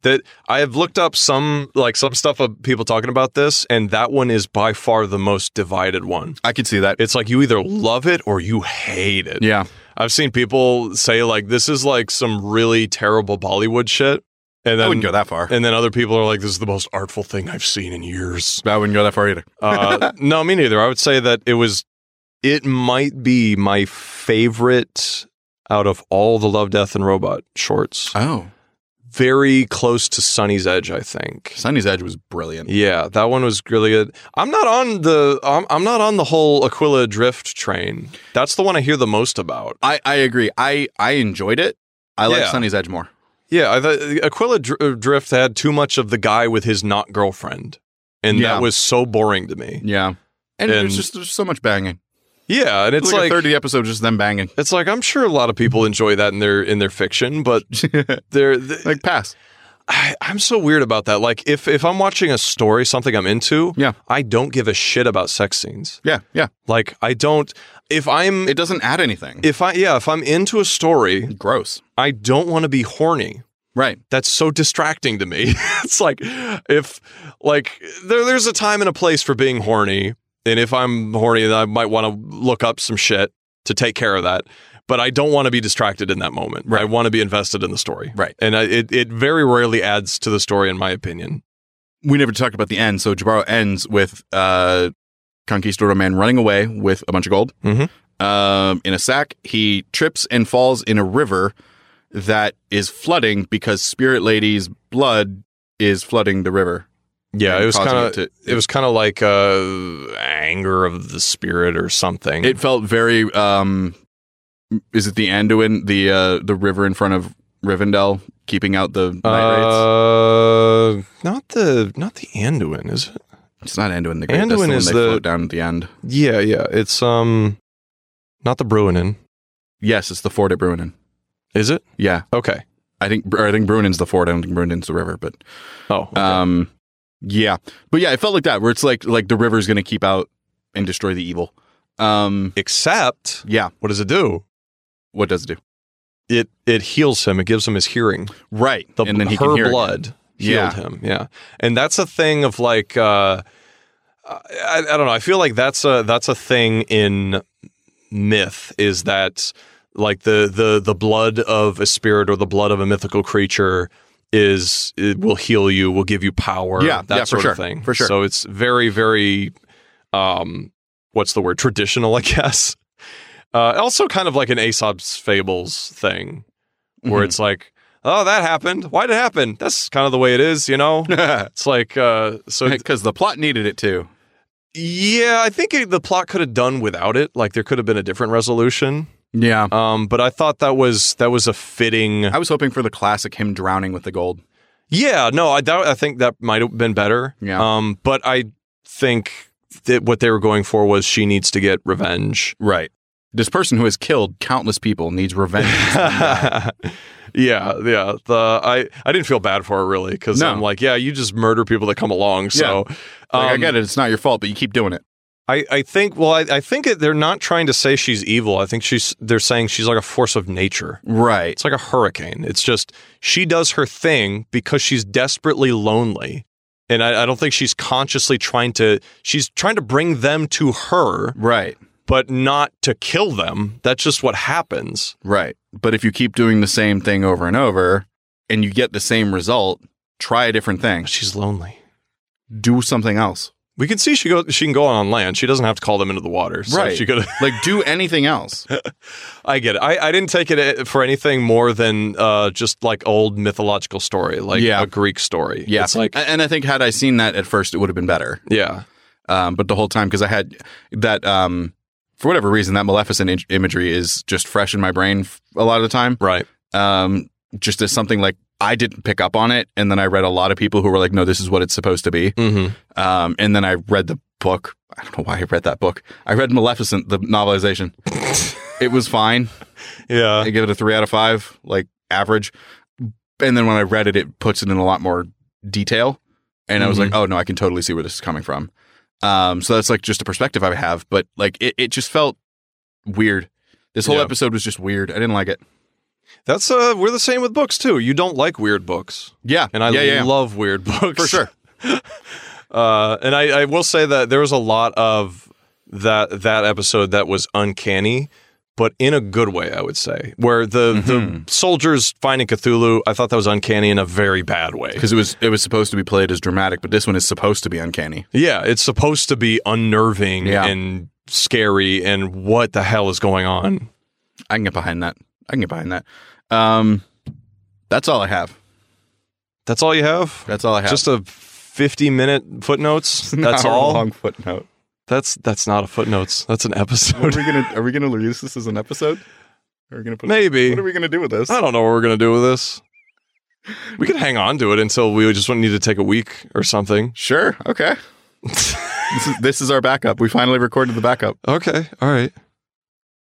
S3: that I have looked up some like some stuff of people talking about this, and that one is by far the most divided one.
S2: I could see that.
S3: It's like you either love it or you hate it.
S2: yeah,
S3: I've seen people say like this is like some really terrible Bollywood shit, and
S2: I wouldn't
S3: then
S2: go that far.
S3: and then other people are like this is the most artful thing I've seen in years.
S2: I wouldn't go that far either.
S3: Uh, no, me neither. I would say that it was it might be my favorite out of all the Love, Death, and Robot shorts
S2: Oh,
S3: very close to Sunny's Edge, I think.
S2: Sunny's Edge was brilliant.
S3: Yeah, that one was really good. I'm not on the I'm, I'm not on the whole Aquila Drift train. That's the one I hear the most about.
S2: I I agree. I I enjoyed it. I like
S3: Yeah.
S2: Sunny's Edge more.
S3: Yeah, I th- Aquila Dr- uh, Drift had too much of the guy with his not girlfriend, and
S2: Yeah.
S3: that was so boring to me.
S2: Yeah,
S3: And-
S2: and, there's just there's so much banging.
S3: Yeah, and it's
S2: like,
S3: like,
S2: a third of the episode just them banging.
S3: it's like I'm sure a lot of people enjoy that in their in their fiction, but they're th-
S2: like pass.
S3: I, I'm so weird about that. Like if if I'm watching a story, something I'm into,
S2: Yeah.
S3: I don't give a shit about sex scenes.
S2: Yeah, yeah.
S3: Like I don't. If I'm
S2: It doesn't add anything.
S3: if I yeah if I'm into a story,
S2: Gross.
S3: I don't want to be horny.
S2: Right.
S3: that's so distracting to me. it's like if like there, there's a time and a place for being horny, and if I'm horny, then I might want to look up some shit to take care of that. But I don't want to be distracted in that moment. I want to be invested in the story,
S2: Right.
S3: And I, it it very rarely adds to the story, in my opinion.
S2: We never talked about the end. So Jabaro ends with uh, Conquistador Man running away with a bunch of gold
S3: Mhm.
S2: um, in a sack. He trips and falls in a river that is flooding because Spirit Lady's blood is flooding the river.
S3: Yeah,
S2: and
S3: it was
S2: causing
S3: kind of
S2: to-
S3: it was kind of like uh, anger of the spirit or something.
S2: It felt very. Um, is it the Anduin, the uh, the river in front of Rivendell, keeping out the night raids?
S3: uh, not the not the Anduin, is it?
S2: It's not Anduin the Great. That's
S3: Anduin
S2: the one
S3: is
S2: they
S3: the-
S2: float down at the end.
S3: Yeah, yeah. It's um, not the Bruinen.
S2: Yes, it's the fort at Bruinen.
S3: Is it?
S2: Yeah,
S3: Okay.
S2: I think or I think Brunin's the fort. I don't think Brunin's the river, but
S3: Oh, okay.
S2: um, yeah, but yeah, it felt like that where it's like like the river's going to keep out and destroy the evil. Um,
S3: except
S2: yeah,
S3: what does it do?
S2: what does it do?
S3: It it heals him. It gives him his hearing.
S2: Right,
S3: The
S2: and then he
S3: her
S2: can hear again.
S3: blood healed
S2: Yeah.
S3: him. Yeah, and that's a thing of like uh, I, I don't know. I feel like that's a that's a thing in myth is that like the the the blood of a spirit or the blood of a mythical creature is it will heal you, will give you power.
S2: Yeah,
S3: that
S2: yeah, for
S3: sort
S2: sure,
S3: of thing.
S2: for sure.
S3: So it's very very um, what's the word? Traditional, I guess. Uh, also, kind of like an Aesop's Fables thing, where
S2: Mhm.
S3: it's like, oh, that happened. Why did it happen? That's kind of the way it is, you know. it's like, uh, so
S2: because the plot needed it too.
S3: yeah, I think it, the plot could have done without it. Like, there could have been a different resolution.
S2: Yeah,
S3: Um, but I thought that was that was a fitting.
S2: I was hoping for the classic him drowning with the gold.
S3: Yeah, no, I doubt. I think that might have been better.
S2: Yeah.
S3: Um, but I think that what they were going for was she needs to get revenge.
S2: Right, this person who has killed countless people needs revenge.
S3: yeah, yeah. The I I didn't feel bad for her really because
S2: No.
S3: I'm like, yeah, you just murder people that come along. So
S2: like, I
S3: um,
S2: get it; it's not your fault, but you keep doing it.
S3: I, I think well, I, I think it, they're not trying to say she's evil. I think she's they're saying she's like a force of nature.
S2: Right,
S3: It's like a hurricane. It's just she does her thing because she's desperately lonely. And I, I don't think she's consciously trying to she's trying to bring them to her,
S2: right.
S3: but not to kill them. That's just what happens.
S2: Right. But if you keep doing the same thing over and over and you get the same result, try a different thing.
S3: She's lonely.
S2: Do something else.
S3: We can see she go. She can go on land. She doesn't have to call them into the water. So
S2: Right.
S3: She could.
S2: Like do anything else.
S3: I get it. I, I didn't take it uh, for anything more than uh, just like old mythological story, like
S2: Yeah.
S3: a Greek story.
S2: Yeah.
S3: It's like
S2: A- and I think had I seen that at first it would have been better.
S3: yeah,
S2: Um, but the whole time because I had that um for whatever reason that Maleficent in- imagery is just fresh in my brain f- a lot of the time.
S3: right.
S2: Um just as something like I didn't pick up on it and then I read a lot of people who were like no this is what it's supposed to be.
S3: hmm
S2: Um and then I read the book. I don't know why I read that book. I read Maleficent the novelization. it was fine.
S3: Yeah.
S2: I give it a three out of five, like average. And then when I read it, it puts it in a lot more detail. And I was
S3: Mhm.
S2: like, oh no, I can totally see where this is coming from. Um, so that's like just a perspective I have, but like it, it just felt weird. This whole
S3: Yeah.
S2: episode was just weird. I didn't like it.
S3: That's uh, we're the same with books too. You don't like weird books,
S2: Yeah.
S3: and I
S2: yeah, yeah, yeah.
S3: love weird books
S2: for sure.
S3: Uh, and I, I will say that there was a lot of that that episode that was uncanny, but in a good way, I would say. Where the
S2: Mhm.
S3: the soldiers finding Cthulhu, I thought that was uncanny in a very bad way.
S2: Because it was it was supposed to be played as dramatic, but this one is supposed to be uncanny.
S3: Yeah, it's supposed to be unnerving
S2: Yeah.
S3: and scary, and what the hell is going on?
S2: I can get behind that. I can get behind that. Um, that's all I have.
S3: That's all you have.
S2: That's all I have.
S3: Just a fifty minute footnotes.
S2: An
S3: That's
S2: hour
S3: all.
S2: Long footnote.
S3: That's that's not a footnotes. That's an
S2: Are
S3: episode.
S2: we gonna are we gonna use this as an episode? Are we gonna put
S3: Maybe.
S2: What are we gonna do with this?
S3: I don't know what we're gonna do with this. We could hang on to it until we just need to take a week or something.
S2: Sure. Okay. this is this is our backup. We finally recorded the backup.
S3: Okay, all right.